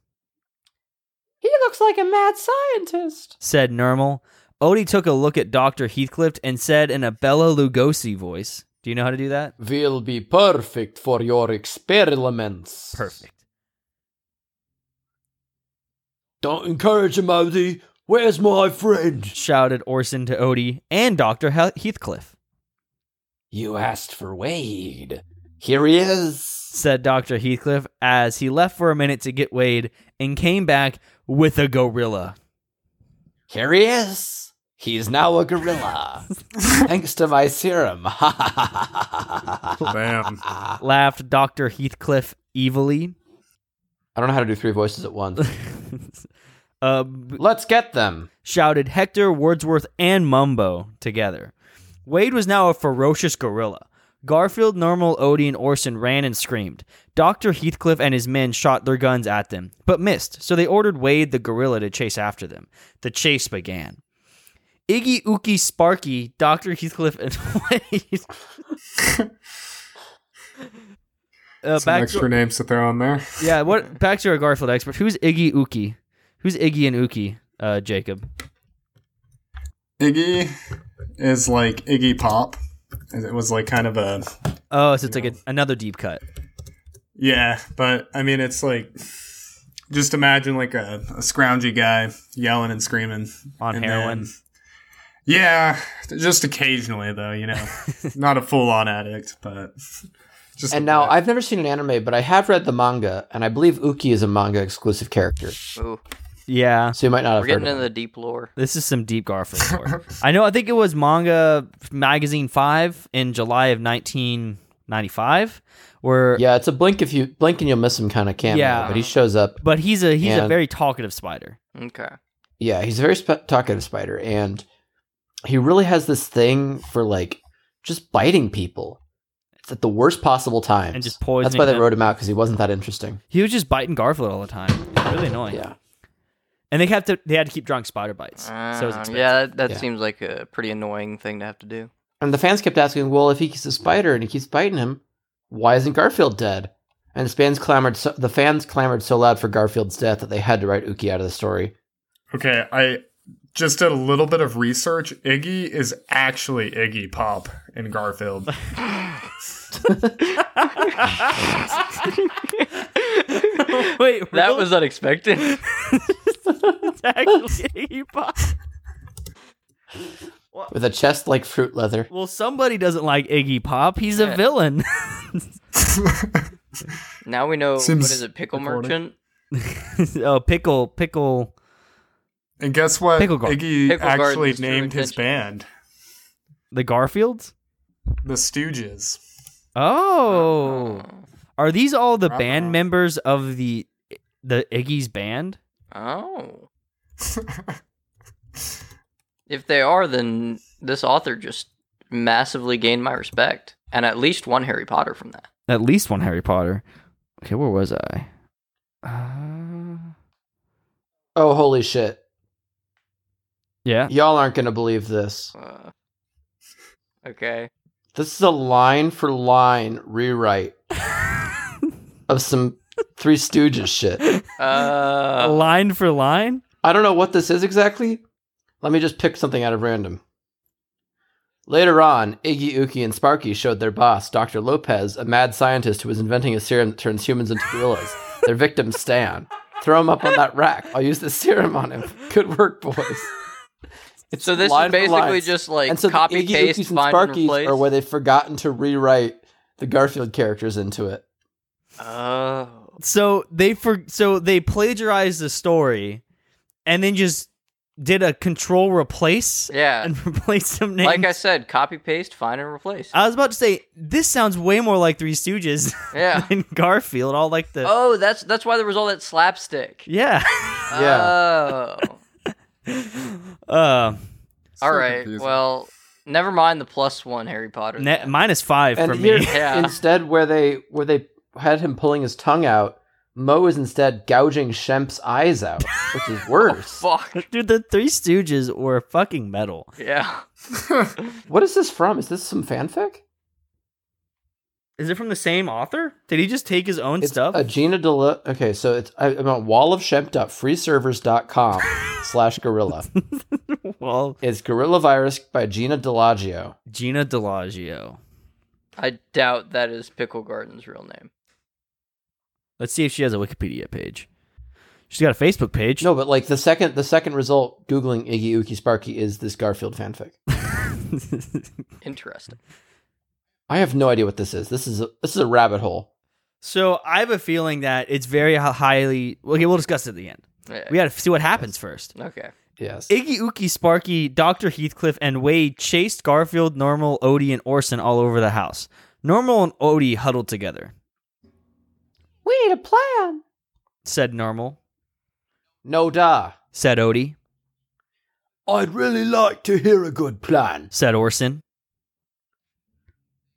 B: He looks like a mad scientist.
A: Said Normal. Odie took a look at Doctor Heathcliff and said in a Bella Lugosi voice, "Do you know how to do that?"
B: will be perfect for your experiments.
A: Perfect.
B: Don't encourage him, Odie. Where's my friend?
A: Shouted Orson to Odie and Doctor Heathcliff.
B: You asked for Wade. Here he is.
A: said Dr. Heathcliff as he left for a minute to get Wade and came back with a gorilla.
B: Here he is. He's now a gorilla. Thanks to my serum. *laughs* I
D: Bam.
A: Laughed Dr. Heathcliff evilly. *laughs*
B: don't know how to do three voices at once.
A: uh, b-
B: Let's get them.
A: shouted Hector, Wordsworth, and Mumbo together. Wade was now a ferocious gorilla. Garfield, Normal, Odie, and Orson ran and screamed. Dr. Heathcliff and his men shot their guns at them, but missed, so they ordered Wade the gorilla to chase after them. The chase began. Iggy Ookie Sparky, Dr. Heathcliff, and *laughs* Wade. uh,
D: Some
A: back
D: extra
A: to,
D: names to throw in there.
A: yeah, what back to our Garfield expert. Who's Iggy Ookie? Who's Iggy and Ookie, uh, Jacob?
D: Iggy is like Iggy Pop. and It was like kind of a
A: Oh, so it's like a, another deep cut.
D: yeah, but I mean it's like just imagine like a, a scroungy guy yelling and screaming
A: On
D: and
A: heroin.
D: then- yeah, just occasionally though,
A: *laughs*
D: you know, not a full on addict, but just
B: And now I've never seen an anime, but I have read the manga, and I believe Uki is a manga exclusive character,
C: Ooh,
A: Yeah.
B: so you might not have
C: we're
B: heard.
C: getting
B: Of
C: into
B: it.
C: the deep lore.
A: This is some deep Garfield lore. I know. I think it was Manga Magazine Five in July of 1995, where
B: Yeah, it's a blink if you blink and you'll miss him kind of cameo,
A: Yeah.
B: but he shows up.
A: but he's a he's a
B: And-
A: very talkative spider.
C: Okay.
B: Yeah, he's a very sp- talkative spider, and he really has this thing for like just biting people. It's at the worst possible times.
A: And just
B: That's
A: poisoning
B: why they
A: them.
B: wrote him out because he wasn't that interesting.
A: He was just biting Garfield all the time. It was really annoying.
B: Yeah.
A: And they had to they had to keep drawing spider bites. so it was
C: Uh,
A: expensive.
C: yeah, that, that
B: Yeah.
C: seems like a pretty annoying thing to have to do.
B: And the fans kept asking, well, if he's a spider and he keeps biting him, why isn't Garfield dead? And the fans clamored so, the fans clamored so loud for Garfield's death that they had to write Uki out of the story.
D: okay, I just did a little bit of research. Iggy is actually Iggy Pop in Garfield.
A: *laughs* *laughs* Wait,
C: *laughs* That
A: really?
C: was unexpected.
A: *laughs* It's actually Iggy Pop.
B: With a chest like fruit leather.
A: Well, somebody doesn't like Iggy Pop. He's a
C: Yeah.
A: villain.
C: *laughs* now we know
D: Seems
C: what is it, pickle
D: recorded.
C: merchant?
A: *laughs* oh, pickle, pickle.
D: and guess what?
A: Pickle Gar-
D: Iggy
C: Pickle Garden
D: actually
C: is true
D: named his
C: invention.
D: band
A: The Garfields.
D: The Stooges.
A: Oh,
C: Uh-huh.
A: are these all the
D: Uh-oh.
A: band members of the the Iggy's band?
C: Oh. if they are, then this author just massively gained my respect, and at least one Harry Potter from that.
A: At least one Harry Potter. Okay, where was I? Uh,
B: Oh holy shit.
A: yeah.
B: Y'all aren't gonna believe this.
C: Uh, okay.
B: This is a line for line rewrite of some Three Stooges shit.
C: Uh,
A: line for line.
B: I don't know what this is exactly. Let me just pick something out of random. Later on, Iggy, Uki, and Sparky showed their boss, Dr. Lopez, a mad scientist who was inventing a serum that turns humans into gorillas. their victim, Stan. Throw him up on that rack. I'll use this serum on him. Good work, boys. It's
C: so this
B: line
C: is
B: for
C: basically
B: lines.
C: just like
B: and so the
C: copy
B: Iggy,
C: paste,
B: Ukis, and
C: find and
B: Sparkies
C: replace.
B: are where they've forgotten to rewrite the Garfield characters into it.
C: oh.
A: So they for so they plagiarized the story, and then just did a control replace
C: Yeah.
A: and *laughs* replace some names. Uh,
C: Like I said, copy paste, find and replace.
A: I was about to say this sounds way more like Three Stooges
C: yeah.
A: *laughs* than Garfield. All like the
C: Oh, that's that's why there was all that slapstick. Oh.
A: yeah.
C: Yeah. *laughs* Oh.
A: *laughs* Uh,
C: all right.
D: confusing.
C: Well, never mind the plus one Harry Potter.
A: net, minus five
B: and
A: for
B: here,
A: me.
C: *laughs* Yeah.
B: instead where they where they had him pulling his tongue out mo is instead gouging shemp's eyes out which
C: *laughs*
B: is worse
C: Fuck.
A: *laughs* Dude, the Three Stooges were fucking metal.
C: Yeah. *laughs*
B: what is this from is this some fanfic
A: Is it from the same author? Did he just take his own
B: it's
A: *laughs* stuff?
B: a gina Delo- okay so it's I, i'm
A: *laughs*
B: on wallofshemp.freeservers.com slash gorilla
A: well,
B: it's gorilla virus by gina delagio
A: Gina Delagio.
C: I doubt that is Pickle Garden's real name.
A: Let's see if she has a Wikipedia page. She's got a Facebook page.
B: no but like the second the second result googling iggy ookie sparky is this garfield fanfic
C: Interesting.
B: i have no idea what this is this is a, this is a rabbit hole
A: *laughs* so I have a feeling that it's very hi- highly. Okay, we'll discuss it at the end.
C: Yeah.
A: We got to see what happens first.
C: Okay.
B: yes
A: Iggy Ookie, Sparky, Dr. Heathcliff, and Wade chased Garfield, Normal, Odie, and Orson all over the house. Normal and Odie huddled together.
B: we need a plan
A: Said Normal.
B: no da
A: Said Odie.
B: I'd really like to hear a good plan.
A: Said Orson.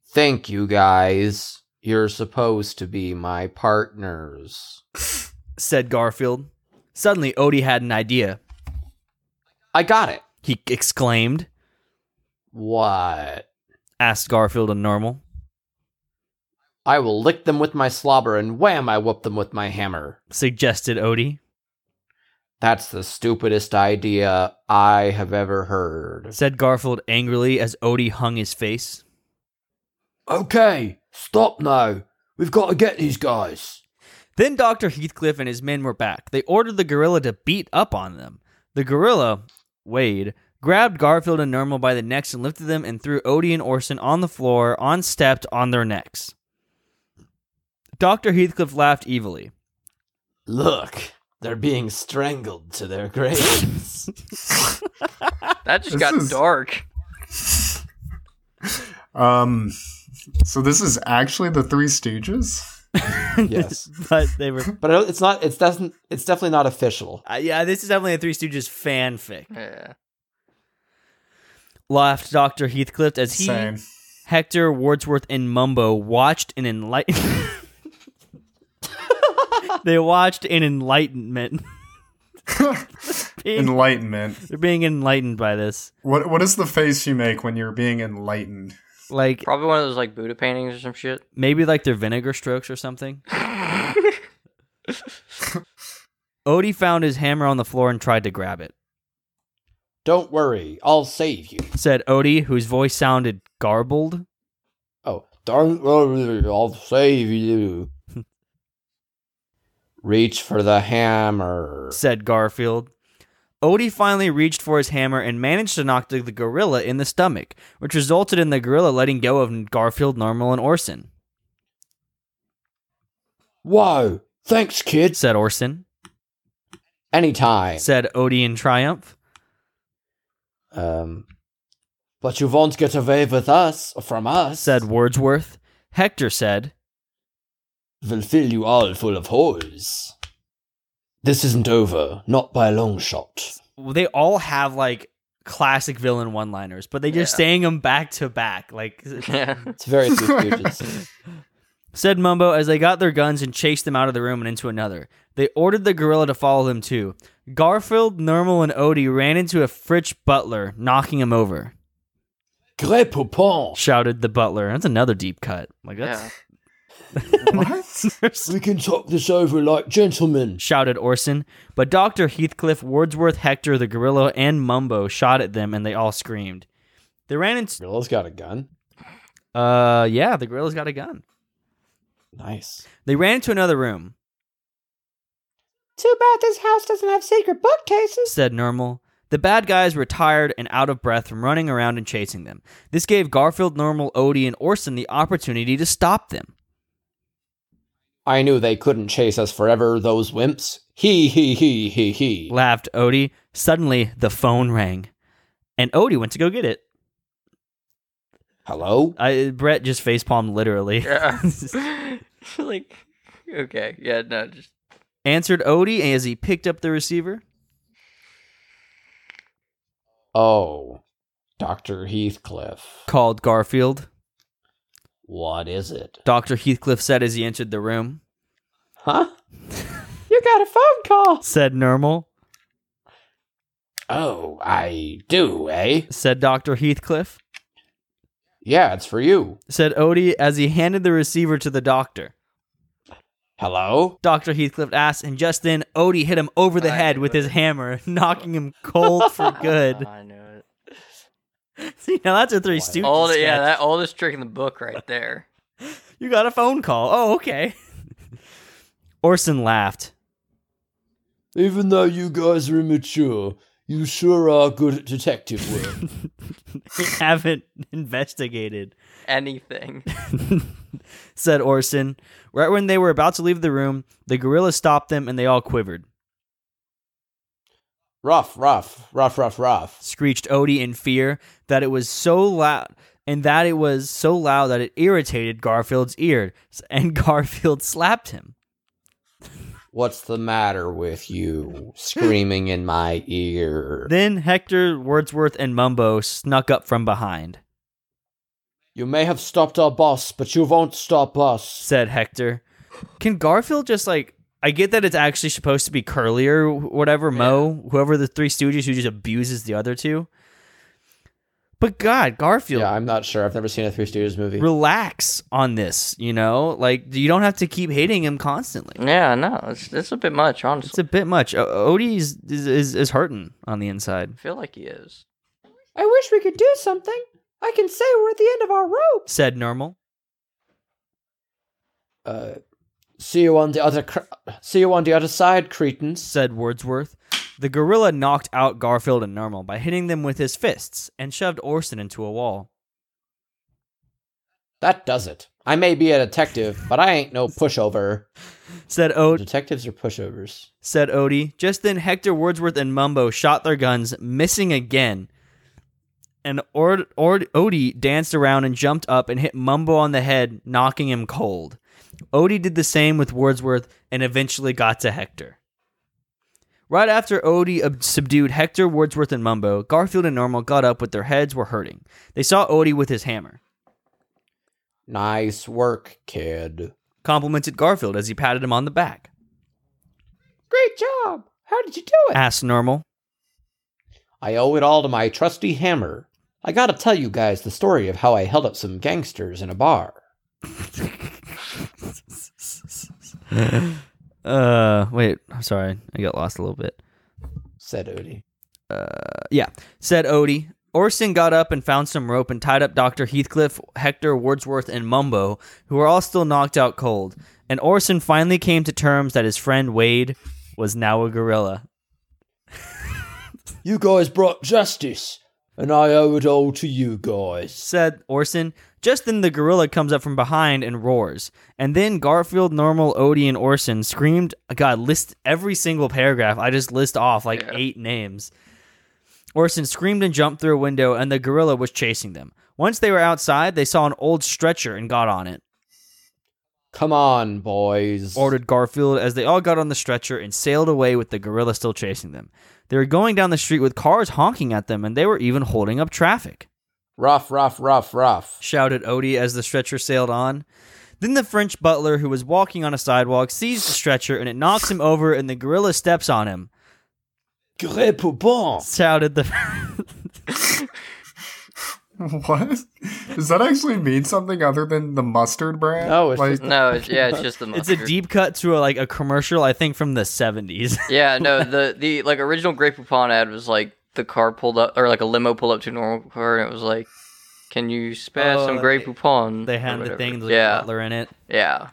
B: Thank you guys. You're supposed to be my partners.
A: Said Garfield. Suddenly, Odie had an idea.
B: I got it.
A: He exclaimed,
B: What?
A: asked Garfield in normal.
B: I will lick them with my slobber and wham, I whoop them with my hammer.
A: Suggested Odie,
B: That's the stupidest idea I have ever heard.
A: said Garfield angrily as Odie hung his face.
B: Okay, stop now. We've got to get these guys.
A: Then Dr. Heathcliff and his men were back. They ordered the gorilla to beat up on them. The gorilla, Wade, grabbed Garfield and Normal by the necks and lifted them and threw Odie and Orson on the floor, on stepped on their necks. Dr. Heathcliff laughed evilly. *laughs*
B: Look, they're being strangled to their graves.
C: That just
D: This
C: got
D: is-
C: dark.
D: Um, so this is actually the Three Stooges.
B: yes.
A: But they were.
B: But I don't- it's not. It's doesn't. It's definitely not official.
A: Uh, yeah, this is definitely a Three Stooges fanfic.
C: Yeah.
A: Laughed Dr. Heathcliff as he,
D: Same.
A: Hector, Wordsworth, and Mumbo watched in enlightened. *laughs* they watched in enlightenment. *laughs* Being-
D: Enlightenment.
A: They're being enlightened by this.
D: What What is the face you make when you're being enlightened?
A: Like
C: Probably one of those like Buddha paintings or
A: *laughs*
C: some shit. *laughs*
A: maybe like their vinegar strokes or something. Odie found his hammer on the floor and tried to grab it.
B: Don't worry, I'll save you.
A: Said Odie, whose voice sounded garbled.
B: Oh, don't worry, I'll save you. *laughs* Reach for the hammer.
A: Said Garfield. Odie finally reached for his hammer and managed to knock the, the gorilla in the stomach, which resulted in the gorilla letting go of Garfield, Normal, and Orson.
B: Whoa! Thanks, kids.
A: Said Orson.
B: Anytime.
A: Said Odie in triumph.
B: Um, but you won't get away with us from us.
A: Said Wordsworth. Hector said.
B: we'll fill you all full of holes. This isn't over, not by a long shot.
A: they all have like classic villain one liners, but they just
C: Yeah.
A: saying them back to back. Like *laughs*
C: Yeah.
B: It's *laughs* very Three Stooges.
A: said Mumbo as they got their guns and chased them out of the room and into another. They ordered the gorilla to follow them too. Garfield, Normal, and Odie ran into a Fritch butler, knocking him over.
B: Grey Poupon,
A: Shouted the butler. That's another deep cut. Like
C: yeah.
A: that's *laughs*
D: What?
B: we can talk this over like gentlemen.
A: shouted Orson. But Doctor Heathcliff, Wordsworth, Hector, the gorilla, and Mumbo shot at them, and they all screamed. They ran into.
B: Gorilla's got a gun.
A: Uh, yeah, the gorilla's got a gun.
B: Nice.
A: They ran into another room.
B: Too bad this house doesn't have secret bookcases.
A: said Normal. The bad guys were tired and out of breath from running around and chasing them. This gave Garfield, Normal, Odie, and Orson the opportunity to stop them.
B: I knew they couldn't chase us forever, those wimps. He he he he he.
A: Laughed Odie. Suddenly, the phone rang, and Odie went to go get it.
B: Hello?
A: I, Brett just facepalmed literally.
C: Yeah. *laughs* like, okay. Yeah, no, just.
A: Answered Odie as he picked up the receiver.
B: Oh, Dr. Heathcliff.
A: Called Garfield.
B: What is it?
A: Dr. Heathcliff said as he entered the room.
B: Huh? you got a phone call.
A: Said Normal.
B: Oh, I do, eh?
A: Said Dr. Heathcliff.
B: Yeah, it's for you.
A: Said Odie as he handed the receiver to the doctor.
B: Hello?
A: Dr. Heathcliff asked, and just then Odie hit him over the
C: I
A: head
C: knew
A: with
C: it.
A: his hammer, *laughs* knocking him cold *laughs*
C: *laughs*
A: for good.
C: I knew it.
A: See, now that's a Three
B: Wow.
A: Stooges.
C: All the-
A: sketch.
C: yeah, that oldest trick in the book right there. *laughs*
A: You got a phone call. Oh, okay. *laughs* Orson laughed. *laughs*
B: Even though you guys are immature, you sure are good at detective *laughs* work.
A: We haven't investigated,
C: Anything.
A: *laughs* said Orson. Right when they were about to leave the room, the gorilla stopped them and they all quivered.
B: rough, rough, rough, rough, rough.
A: Screeched Odie in fear that it was so loud and that it was so loud that it irritated Garfield's ear, and *laughs* Garfield slapped him.
B: What's the matter with *laughs* you? Screaming in my ear.
A: Then Hector, Wordsworth, and Mumbo snuck up from behind,
B: You may have stopped our boss, but you won't stop us.
A: said Hector. Can Garfield just like I get that it's actually supposed to be Curly or wh- whatever Mo, whoever the Three Stooges who just abuses the other two. But God, Garfield,
B: Yeah, I'm not sure. I've never seen a Three Stooges movie.
A: relax on this. You know, like you don't have to keep hating him constantly.
C: *laughs* Yeah, no, it's, it's a bit much,
A: It's
C: honestly.
A: a bit much. O- Odie's is, is is hurting on the inside.
C: I feel like
A: *laughs*
C: he is.
B: I wish we could do something. I can say we're at the end of our rope.
A: Said normal.
B: Uh, see you on the other. Cr- see you on the other side, Cretans.
A: Said Wordsworth. The gorilla knocked out Garfield and Normal by hitting them with his fists and shoved Orson into a wall.
B: That does it. I may be a detective, but I ain't no pushover.
A: Said Ode.
B: Detectives are pushovers.
A: said Odie. Just then, Hector Wordsworth and Mumbo shot their guns, missing again. And Ord- Ord- Odie danced around and jumped up and hit Mumbo on the head, knocking him cold. Odie did the same with Wordsworth and eventually got to Hector. Right after Odie ob- subdued Hector, Wordsworth, and Mumbo, Garfield and Normal got up, but their heads were hurting. They saw Odie with his hammer,
B: Nice work, kid.
A: complimented Garfield as he patted him on the back,
B: Great job. How did you do
A: asked Normal,
B: I owe it all to my trusty hammer. I gotta tell you guys the story of how I held up some gangsters in a bar.
A: Uh, wait. I'm sorry. I got lost a little bit.
B: Said Odie.
A: Yeah, said Odie. Orson got up and found some rope and tied up Dr. Heathcliff, Hector, Wordsworth, and Mumbo, who were all still knocked out cold. And Orson finally came to terms that his friend Wade was now a gorilla.
B: You guys brought justice, and I owe it all to you guys.
A: said Orson. Just then, the gorilla comes up from behind and roars. And then Garfield, Normal, Odie, and Orson screamed. God, list every single paragraph. I just list off like eight names. Orson screamed and jumped through a window, and the gorilla was chasing them. Once they were outside, they saw an old stretcher and got on it,
B: Come on, boys.
A: ordered Garfield as they all got on the stretcher and sailed away with the gorilla still chasing them. They were going down the street with cars honking at them, and they were even holding up traffic.
B: Rough, rough, rough, rough.
A: shouted Odie as the stretcher sailed on. Then the French butler, who was walking on a sidewalk, sees the stretcher and it knocks him over, and the gorilla steps on him.
B: Great poupon.
C: *laughs*
A: Shouted the.
D: *laughs* What? Does that actually mean something other than the mustard brand?
B: No, it's
D: like,
B: just-
C: No, it's, yeah, it's just the
A: it's a
C: mustard.
A: deep cut to a, like a commercial, I think, from the
C: *laughs*
A: seventies.
C: Yeah,
A: *laughs*
C: no, the the like original Great Poupon ad was like the car pulled up or like a limo pulled up to a normal car and it was like, "Can you spare
A: Oh,
C: some Great
A: they-
C: Poupon?"
A: they
C: or
A: had the
C: whatever.
A: thing, the
C: yeah,
A: butler in it.
C: yeah.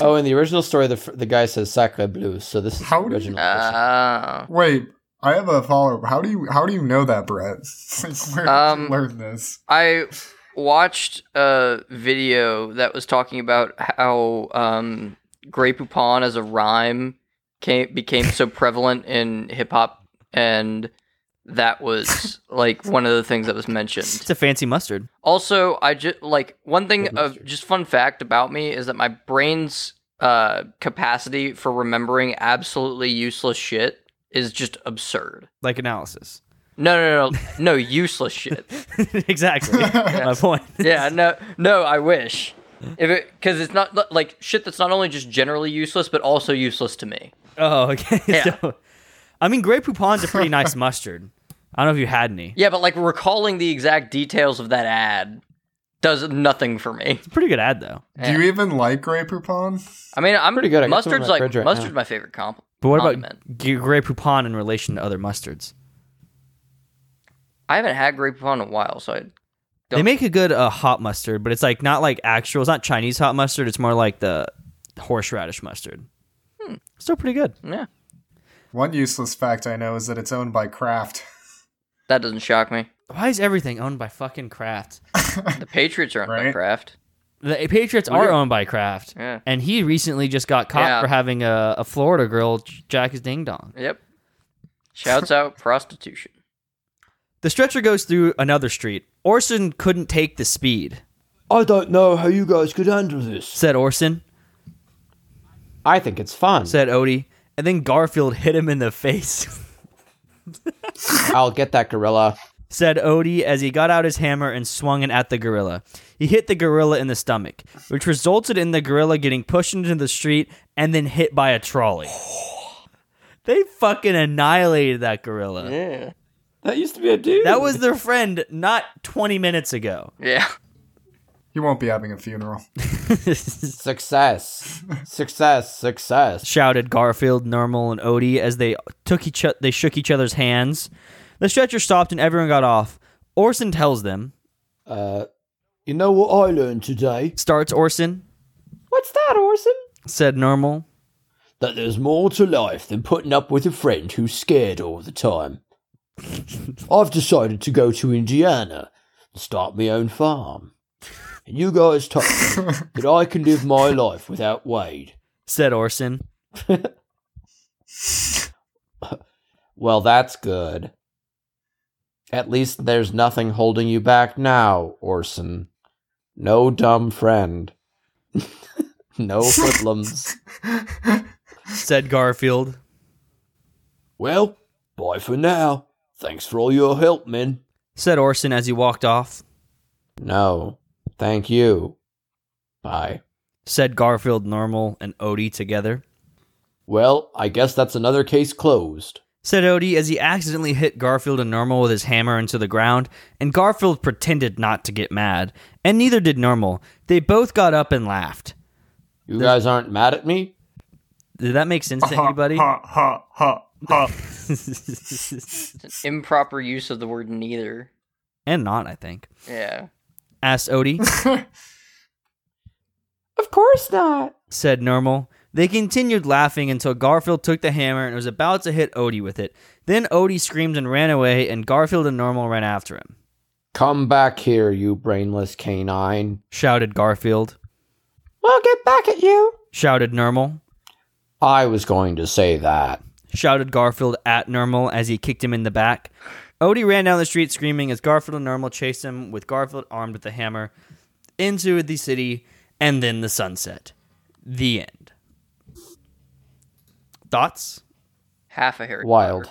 B: Oh, in the original story, the, fr- the guy says sacre bleu, so this is
D: How
B: the
D: do-
B: original. version.
C: Ah.
D: wait, I have a follow up. How do you how do you know that, Brett? *laughs* Like, Where did
C: Um,
D: you learn this?
C: I watched a video that was talking about how um, Grey Poupon as a rhyme came, became so prevalent in hip hop, and that was like one of the things that was mentioned.
A: It's a fancy mustard.
C: Also, I just like one thing
B: Good
C: of
B: mustard.
C: just fun fact about me is that my brain's uh, capacity for remembering absolutely useless shit is just absurd.
A: Like analysis, *laughs*
C: No, no, no, no, no useless shit.
A: exactly. *laughs* My point.
C: *laughs* yeah,
B: *laughs*
C: no, no. I wish if it because it's not like shit that's not only just generally useless but also useless to me.
A: *laughs* Oh, okay.
C: Yeah.
A: *laughs* So, I mean, Grey Poupon's a *laughs* pretty nice mustard. I don't know if you had any.
C: Yeah, but like recalling the exact details of that ad does nothing for me.
A: Pretty good ad though.
C: Yeah.
B: eh.
D: Do you even like Grey Poupon?
C: I mean, I'm
B: Pretty good, I got some in my
C: Mustard's like
B: fridge right now.
C: mustard's my favorite comp.
A: But what
C: condiment.
A: about G- Grey Poupon in relation to other mustards?
C: I haven't had Grey Poupon in a while, so I
A: They make a good uh, hot mustard, but it's like not like actual. It's not Chinese hot mustard. It's more like the horseradish mustard. Still pretty good.
C: yeah,
D: One useless fact I know is that it's owned by Kraft.
C: that doesn't shock me.
A: Why is everything owned by fucking Kraft?
B: *laughs*
C: The Patriots are on
D: Right?
C: right? craft.
A: The Patriots are owned by Kraft,
C: Yeah.
A: and he recently just got caught
C: Yeah.
A: for having a, a Florida girl j- jack his ding dong.
C: Yep. Shouts out prostitution.
A: The stretcher goes through another street. Orson couldn't take the speed,
B: I don't know how you guys could handle this.
A: said Orson.
B: I think it's fun.
A: Said Odie, *laughs* and then Garfield hit him in the face.
B: I'll get that gorilla.
A: said Odie as he got out his hammer and swung it at the gorilla. He hit the gorilla in the stomach, which resulted in the gorilla getting pushed into the street and then hit by a trolley. *sighs* They fucking annihilated that gorilla.
C: Yeah.
B: That used to be a dude.
A: That was their friend not 20 minutes ago.
C: Yeah.
D: You won't be having a funeral. *laughs*
B: success, success, success.
A: shouted Garfield, Normal, and Odie as they took each o- they shook each other's hands. The stretcher stopped and everyone got off. Orson tells them,
B: Uh, you know what I learned today?
A: starts Orson,
B: What's that, Orson?
A: said Normal.
B: That there's more to life than putting up with a friend who's scared all the time. I've decided to go to Indiana and start my own farm. And you guys told me that I can live my life without Wade.
A: Said Orson.
B: Well, that's good. At least there's nothing holding you back now, Orson. No dumb friend. *laughs* no hoodlums.
A: Said Garfield.
B: *laughs* well, bye for now. Thanks for all your help, men.
A: Said Orson as he walked off.
B: No, thank you. Bye.
A: Said Garfield, Normal, and Odie together.
B: Well, I guess that's another case closed.
A: Said Odie as he accidentally hit Garfield and Normal with his hammer into the ground, and Garfield pretended not to get mad, and neither did Normal. They both got up and laughed.
B: You guys aren't mad at me?
A: Did that make sense to
D: Ha,
A: anybody?
D: Ha ha ha
B: *laughs*
D: ha.
C: It's an improper use of the word neither.
A: *laughs* and not, I think.
C: Yeah.
A: asked Odie,
B: *laughs* Of course not.
A: said Normal. They continued laughing until Garfield took the hammer and was about to hit Odie with it. Then Odie screamed and ran away, and Garfield and Normal ran after him.
B: Come back here, you brainless canine.
A: Shouted Garfield,
B: We'll get back at you.
A: shouted Normal,
B: I was going to say that.
A: shouted Garfield at Normal as he kicked him in the back. Odie ran down the street screaming as Garfield and Normal chased him, with Garfield armed with the hammer, into the city, and then the sunset. The end. Thoughts? *laughs*
C: Half a Harry
B: Wild.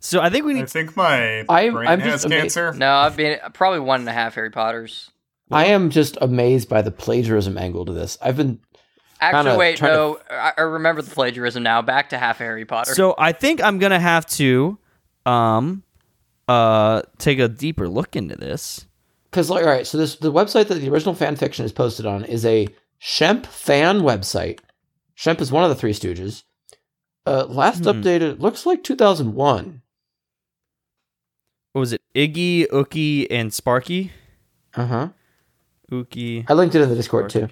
A: so I think we
D: I
A: need
D: think my
B: I'm-
D: brain
B: I'm
D: has
B: just ama-
D: cancer.
C: Potter. No, I've been probably one and a half Harry Potters.
B: I am just amazed by the plagiarism angle to this. I've been
C: Actually,
B: Kinda
C: wait,
B: trying to-
C: no. I I remember the plagiarism now. Back to half a Harry Potter.
A: So I think I'm gonna have to, um, uh, take a deeper look into this.
B: because like all right, so this the website that the original fan fiction is posted on is a Shemp fan website. Shemp is one of the Three Stooges. Uh, last
A: Hmm.
B: updated looks like 2001.
A: What was it Iggy, Ookie, and Sparky?
B: Uh huh.
A: Ookie.
B: I linked it in the Discord too.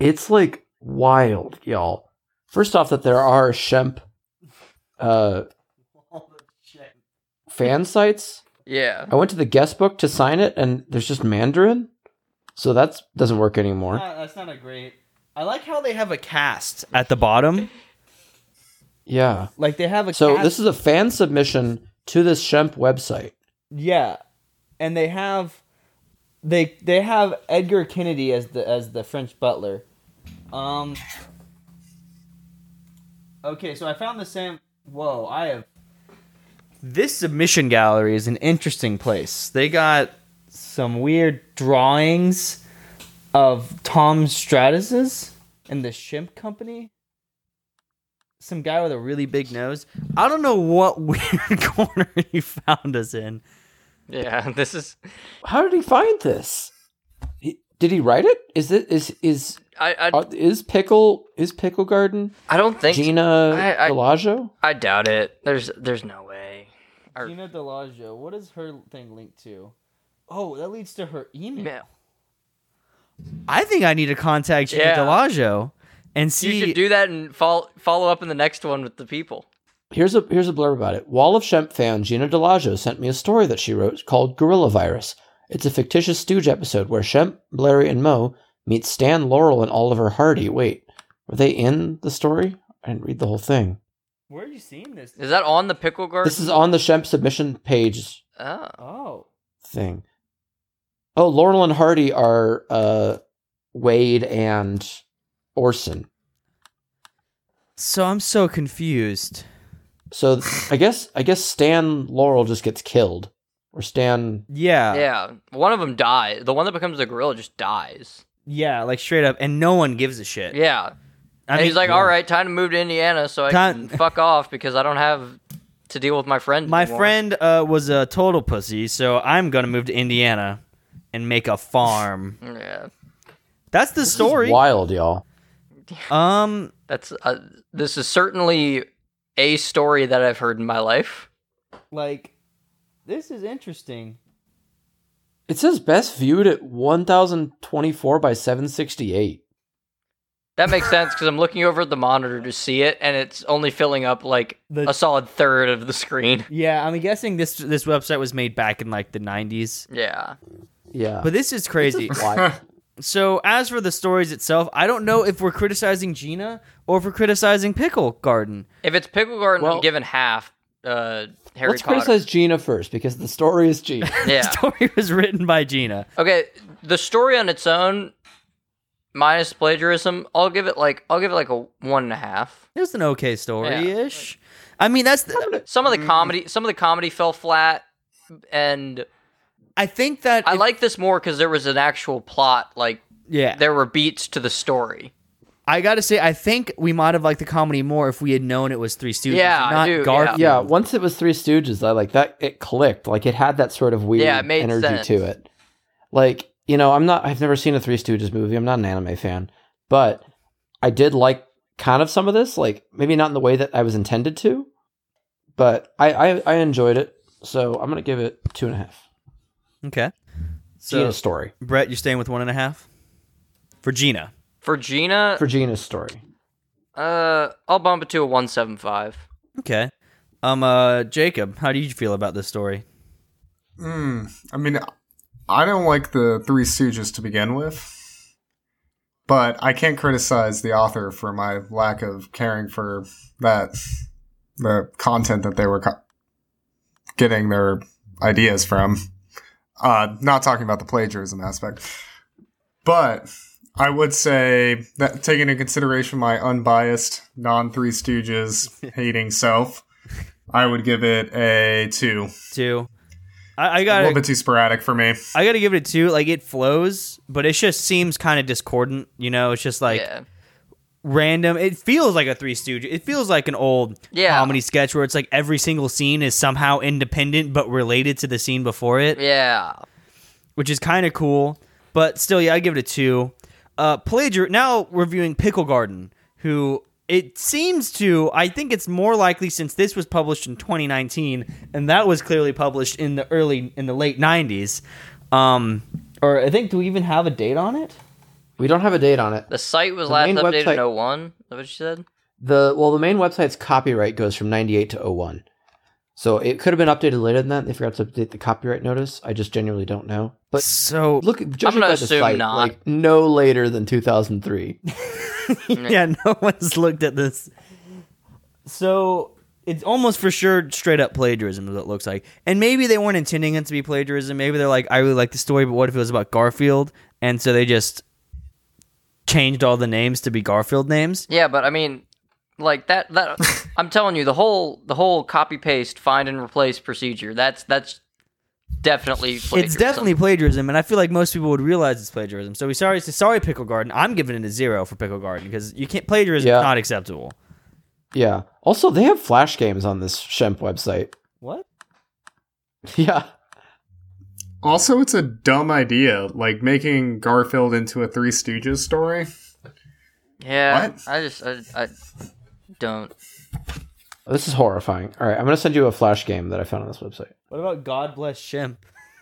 B: It's like wild, y'all. First off, that there are Shemp uh, fan sites.
C: yeah.
B: I went to the guest book to sign it, and there's just Mandarin, so that doesn't work anymore.
A: that's not a great. I like how they have a cast at the bottom.
B: Yeah.
A: Like they have a
B: So this is a fan submission to this Shemp website.
A: yeah, and they have they they have Edgar Kennedy as the as the French butler. Um. Okay, so I found the same. Whoa, I have. This submission gallery is an interesting place. They got some weird drawings of Tom Stratus's and the Shimp Company. Some guy with a really big nose. I don't know what *laughs* weird corner he found us in.
C: Yeah. *laughs* This is.
B: How did he find this? He, did he write it? Is it is is
C: I. I,
B: are, is pickle is pickle garden
C: I don't think.
B: Gina
C: I- I-
B: Bellagio?
C: I doubt it. There's. There's no way. Or-
A: Gina Delagio, what is her thing linked to? Oh, that leads to her email.
C: Yeah.
A: I think I need to contact Gina
C: Yeah.
A: Delagio and
C: You
A: see.
C: should do that and follow follow up in the next one with the people.
B: Here's a here's a blurb about it. Wall of Shemp fan Gina Delagio sent me a story that she wrote called Gorilla Virus. It's a fictitious Stooge episode where Shemp, Larry, and Moe meet Stan Laurel and Oliver Hardy. Wait, were they in the story? I didn't read the whole thing.
A: Where are you seeing this?
C: Is that on the pickle guard?
B: This is on the Shemp submission page
C: oh.
A: Oh,
B: thing. Oh, Laurel and Hardy are uh, Wade and Orson.
A: so I'm so confused.
B: So th- I guess I guess Stan Laurel just gets killed, or Stan.
A: Yeah.
C: yeah, one of them dies. The one that becomes the gorilla just dies.
A: Yeah, like straight up, and no one gives a shit. I
C: Yeah, and
A: mean-
C: he's like, "All right, time to move to Indiana, so I
A: Time-
C: can fuck off because I don't have to deal with my friend."
A: My
C: anymore."
A: friend uh, was a total pussy, so I'm gonna move to Indiana and make a farm.
C: Yeah,
A: That's the story.
B: Wild, y'all.
A: Um,
C: that's uh, this is certainly a story that I've heard in my life.
A: like this is interesting.
B: It says best viewed at 1024 by 768.
C: That makes sense because I'm looking over at the monitor to see it, and it's only filling up like
A: The-
C: a solid third of the screen. *laughs*
A: Yeah, I'm guessing this this website was made back in like the 90s.
C: Yeah,
B: Yeah.
C: *laughs*
A: But this is crazy.
B: Why?
A: So as for the stories itself, I don't know if we're criticizing Gina or if we're criticizing Pickle Garden. *laughs*
C: if it's pickle garden,
B: Well-
C: I'm given half. Uh, Harry
B: Let's
C: Potter.
B: criticize Gina first because the story is
C: *laughs*
B: Gina.
C: Yeah.
A: The story was written by Gina.
C: Okay, the story on its own, minus plagiarism, I'll give it like I'll give it like a one and a half.
A: It was an okay story ish. I mean, that's the,
C: Some of
B: Mm.
C: the comedy, some of the comedy fell flat, and
A: I think that
C: I
A: if-
C: like this more because there was an actual plot. Like
A: yeah.
C: there were beats to the story.
A: I gotta say, I think we might have liked the comedy more if we had known it was Three Stooges,
C: Yeah, I
A: not
C: do, yeah.
A: Garfield.
B: yeah, once it was Three Stooges, I like that it clicked. Like it had that sort of weird
C: Yeah, it made
B: energy
C: sense.
B: to it. Like, you know, I'm not I've never seen a Three Stooges movie. I'm not an anime fan, but I did like kind of some of this, like maybe not in the way that I was intended to, but I I, I enjoyed it. So I'm gonna give it two and a half.
A: Okay. So
B: Gina's story.
A: Brett, you're staying with one and a half for Gina.
C: For Gina,
B: For Gina's story.
C: uh, I'll bump it to a one seven five.
A: Okay. Um, uh, Jacob, how do you feel about this story?
D: Hmm. I mean, I don't like the Three Stooges to begin with, but I can't criticize the author for my lack of caring for that the content that they were co- getting their ideas from. Uh, not talking about the plagiarism aspect, but I would say that taking into consideration my unbiased, non Three Stooges hating self, I would give it a two.
A: Two. I, I
D: A
A: gotta,
D: little bit too sporadic for me.
A: I gotta give it a two. Like it flows, but it just seems kind of discordant. You know, it's just like
C: yeah,
A: random. It feels like a Three Stooges. It feels like an old
C: Yeah.
A: comedy sketch where it's like every single scene is somehow independent but related to the scene before it.
C: yeah.
A: which is kind of cool. But still, yeah, I give it a two. Uh, plagiar. Now reviewing Pickle Garden, who it seems to. I think it's more likely since this was published in 2019, and that was clearly published in the early in the late 90s. Um, or I think do we even have a date on it?
B: We don't have a date on it.
C: The site was
B: The
C: last
B: main
C: updated
B: website-
C: in 01. Is that what you said?
B: The well, the main website's copyright goes from ninety eight to 01. so it could have been updated later than that. They forgot to update the copyright notice. I just genuinely don't know. But
A: So
B: look, judging
C: gonna
B: by the
C: assume
B: site,
C: not.
B: like no later than two thousand
C: *laughs*
B: three.
A: *laughs* yeah, no one's looked at this. So it's almost for sure straight up plagiarism is what it looks like. And maybe they weren't intending it to be plagiarism. Maybe they're like, I really like the story, but what if it was about Garfield? And so they just changed all the names to be Garfield names.
C: Yeah, but I mean, like that
B: *laughs*
C: that I'm telling you, the whole the whole copy paste find and replace procedure. That's that's definitely
A: It's
C: plagiarism.
A: definitely plagiarism, and I feel like most people would realize it's plagiarism. So we sorry, sorry, Pickle Garden. I'm giving it a zero for Pickle Garden because you can't plagiarism
B: Yeah.
A: is not acceptable.
B: Yeah. Also, they have flash games on this Shemp website. *laughs*
A: What?
B: Yeah.
D: Also, it's a dumb idea, like making Garfield into a Three Stooges story.
C: Yeah,
D: What?
C: I just I, I don't.
B: This is horrifying. All right, I'm gonna send you a flash game that I found on this website.
A: What about God bless Shemp?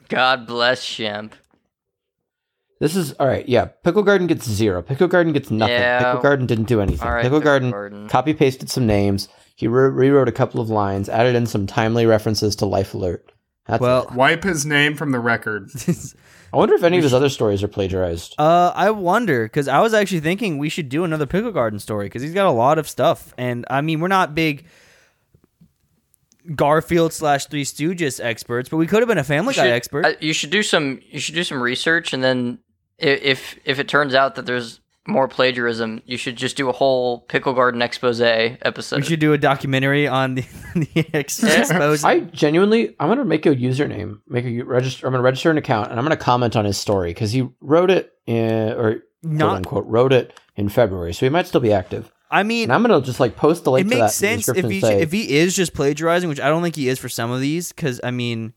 C: God bless Shemp.
B: This is all right. Yeah, Pickle Garden gets zero. Pickle Garden gets nothing.
C: Yeah.
B: Pickle Garden didn't do anything.
C: All right,
B: Pickle
C: Pickle
B: Garden,
C: Garden.
B: copy pasted some names. He re- rewrote a couple of lines, added in some timely references to Life Alert. That's it.
A: Well,
D: Wipe his name from the record.
B: I wonder if any of his other stories are plagiarized.
A: Uh, I wonder because I was actually thinking we should do another pickle garden story because he's got a lot of stuff, and I mean we're not big Garfield slash Three Stooges experts, but we could have been a Family Guy
C: Should-
A: expert.
C: I- you should do some you should do some research, and then i- if if it turns out that there's more plagiarism, you should just do a whole Pickle Garden expose episode.
A: We should do a documentary on the, *laughs* the ex-
C: Yeah.
A: exposed.
B: I genuinely, I'm gonna make a username, make a u- register. I'm gonna register an account, and I'm gonna comment on his story because he wrote it, in, or quote
A: Not,
B: unquote, wrote it in February, so he might still be active.
A: I mean,
B: And I'm gonna just like post the link
A: it
B: to that
A: makes sense
B: in the
A: if
B: description
A: he
B: and say,
A: if he is just plagiarizing, which I don't think he is for some of these. Because I mean,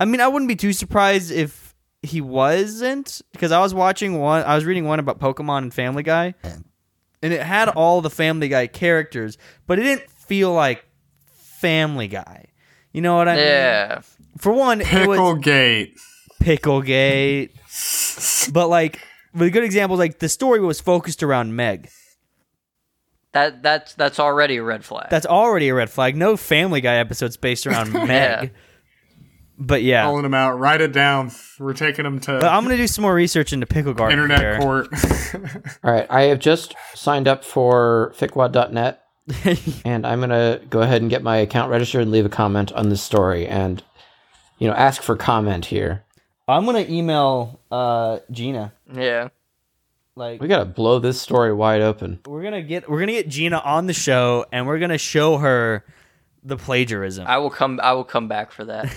A: I mean, I wouldn't be too surprised if he wasn't. Because I was watching one, I was reading one about Pokemon and Family Guy, and it had all the Family Guy characters, but it didn't feel like Family Guy. You know what I mean?
C: yeah.
A: For one, it was,
D: Picklegate.
A: Picklegate. but like the good example is like the story was focused around Meg.
C: That that's that's already a red flag.
A: That's already a red flag. No Family Guy episodes based
B: *laughs*
A: around Meg. But yeah.
D: Calling him out. Write it down. We're taking him to
A: but I'm gonna do some more research into pickle garden.
D: internet
A: here. *laughs*
D: court.
B: "All right, I have just signed up for
A: *laughs*
B: ficwad.net, and I'm gonna go ahead and get my account registered and leave a comment on this story, and you know, ask for comment here.
A: I'm gonna email uh, Gina.
C: yeah.
A: Like
B: We gotta blow this story wide open.
A: we're gonna get we're gonna get Gina on the show and we're gonna show her the plagiarism. I,
C: I will come I will come back
A: *laughs*
C: for that.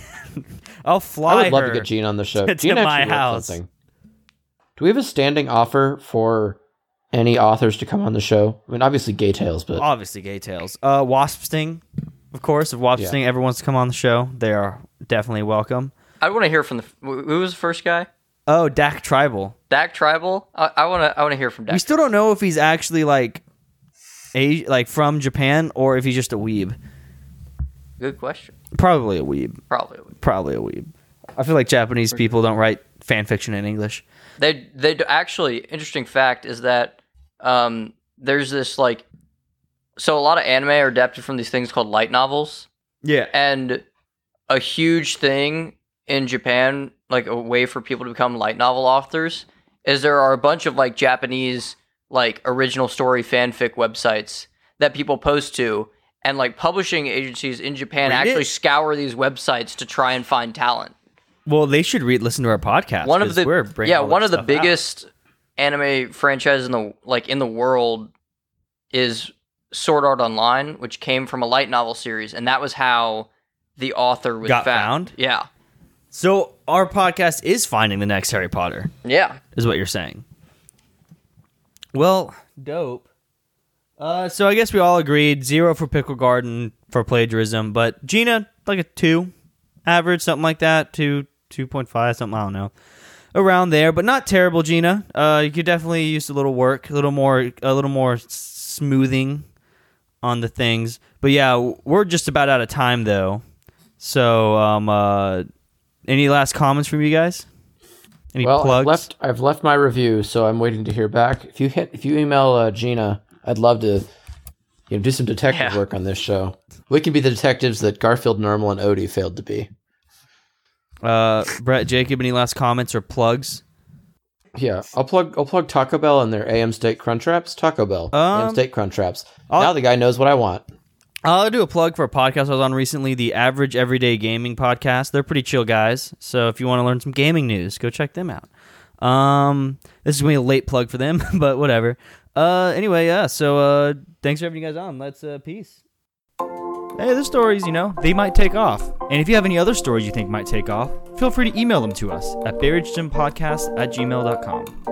A: will
B: I
A: fly
B: would love
A: her.
B: to get Gene on the show.
A: *laughs* to
B: Gene actually
A: my
B: wrote
A: house.
B: something. Do we have a standing offer for any authors to come on the show? I mean, obviously Gay Tales, but
A: Obviously, Gay Tales. Uh, Wasp Sting, of course. If Wasp
B: Yeah.
A: Sting ever wants to come on the show, they are definitely welcome.
C: I want to hear from the who who was the first guy?
A: Oh, Dak Tribal.
C: Dak Tribal. I, I want to I want to hear from
A: We
C: Dak.
A: still don't know if he's actually like, a like from Japan or if he's just a weeb.
C: Good question.
A: Probably a weeb.
C: Probably.
A: Probably a weeb. I feel like Japanese people don't write fan fiction in English.
C: They they do- actually interesting fact is that um there's this like so a lot of anime are adapted from these things called light novels
A: Yeah.
C: and a huge thing in Japan like a way for people to become light novel authors is there are a bunch of like Japanese like original story fanfic websites that people post to and like publishing agencies in Japan
A: Read
C: actually
A: it.
C: scour these websites to try and find talent
A: Well, they should read listen to our podcast.
C: one of
A: 'cause
C: the
A: we're bringing
C: yeah
A: all that
C: one of the
A: stuff out.
C: biggest anime franchises in the like in the world is Sword Art Online, which came from a light novel series, and that was how the author was
A: Got found?
C: Yeah,
A: So our podcast is finding the next Harry Potter.
C: yeah.
A: is what you're saying. Well, dope. Uh, so I guess we all agreed zero for Pickle Garden for plagiarism, but Gina like a two, average something like that, two two point five something I don't know, around there, but not terrible. Gina, uh, you could definitely use a little work, a little more, a little more s- smoothing on the things. But yeah, w- we're just about out of time though. So, um, uh, any last comments from you guys? Any
B: well, I've
A: plugs?
B: left I've left my review, so I'm waiting to hear back. If you hit if you email uh, Gina, I'd love to you know do some detective
C: Yeah.
B: work on this show. We can be the detectives that Garfield, Normal, and Odie failed to be.
A: Uh, Brett, Jacob, any last comments or plugs?
B: Yeah, I'll plug I'll plug Taco Bell and their AM steak crunch wraps. Taco Bell,
A: Um,
B: AM steak crunch wraps.
A: I'll-
B: now the guy knows what I want.
A: Uh, I'll do a plug for a podcast I was on recently, the Average Everyday Gaming Podcast. They're pretty chill guys, so if you want to learn some gaming news, go check them out. Um, this is gonna be a late plug for them, *laughs* but whatever. Uh, anyway, yeah. So, uh, thanks for having you guys on. Let's uh, peace. Hey, the stories, you know, they might take off. And if you have any other stories you think might take off, feel free to email them to us at barragedympodcast at gmail.com.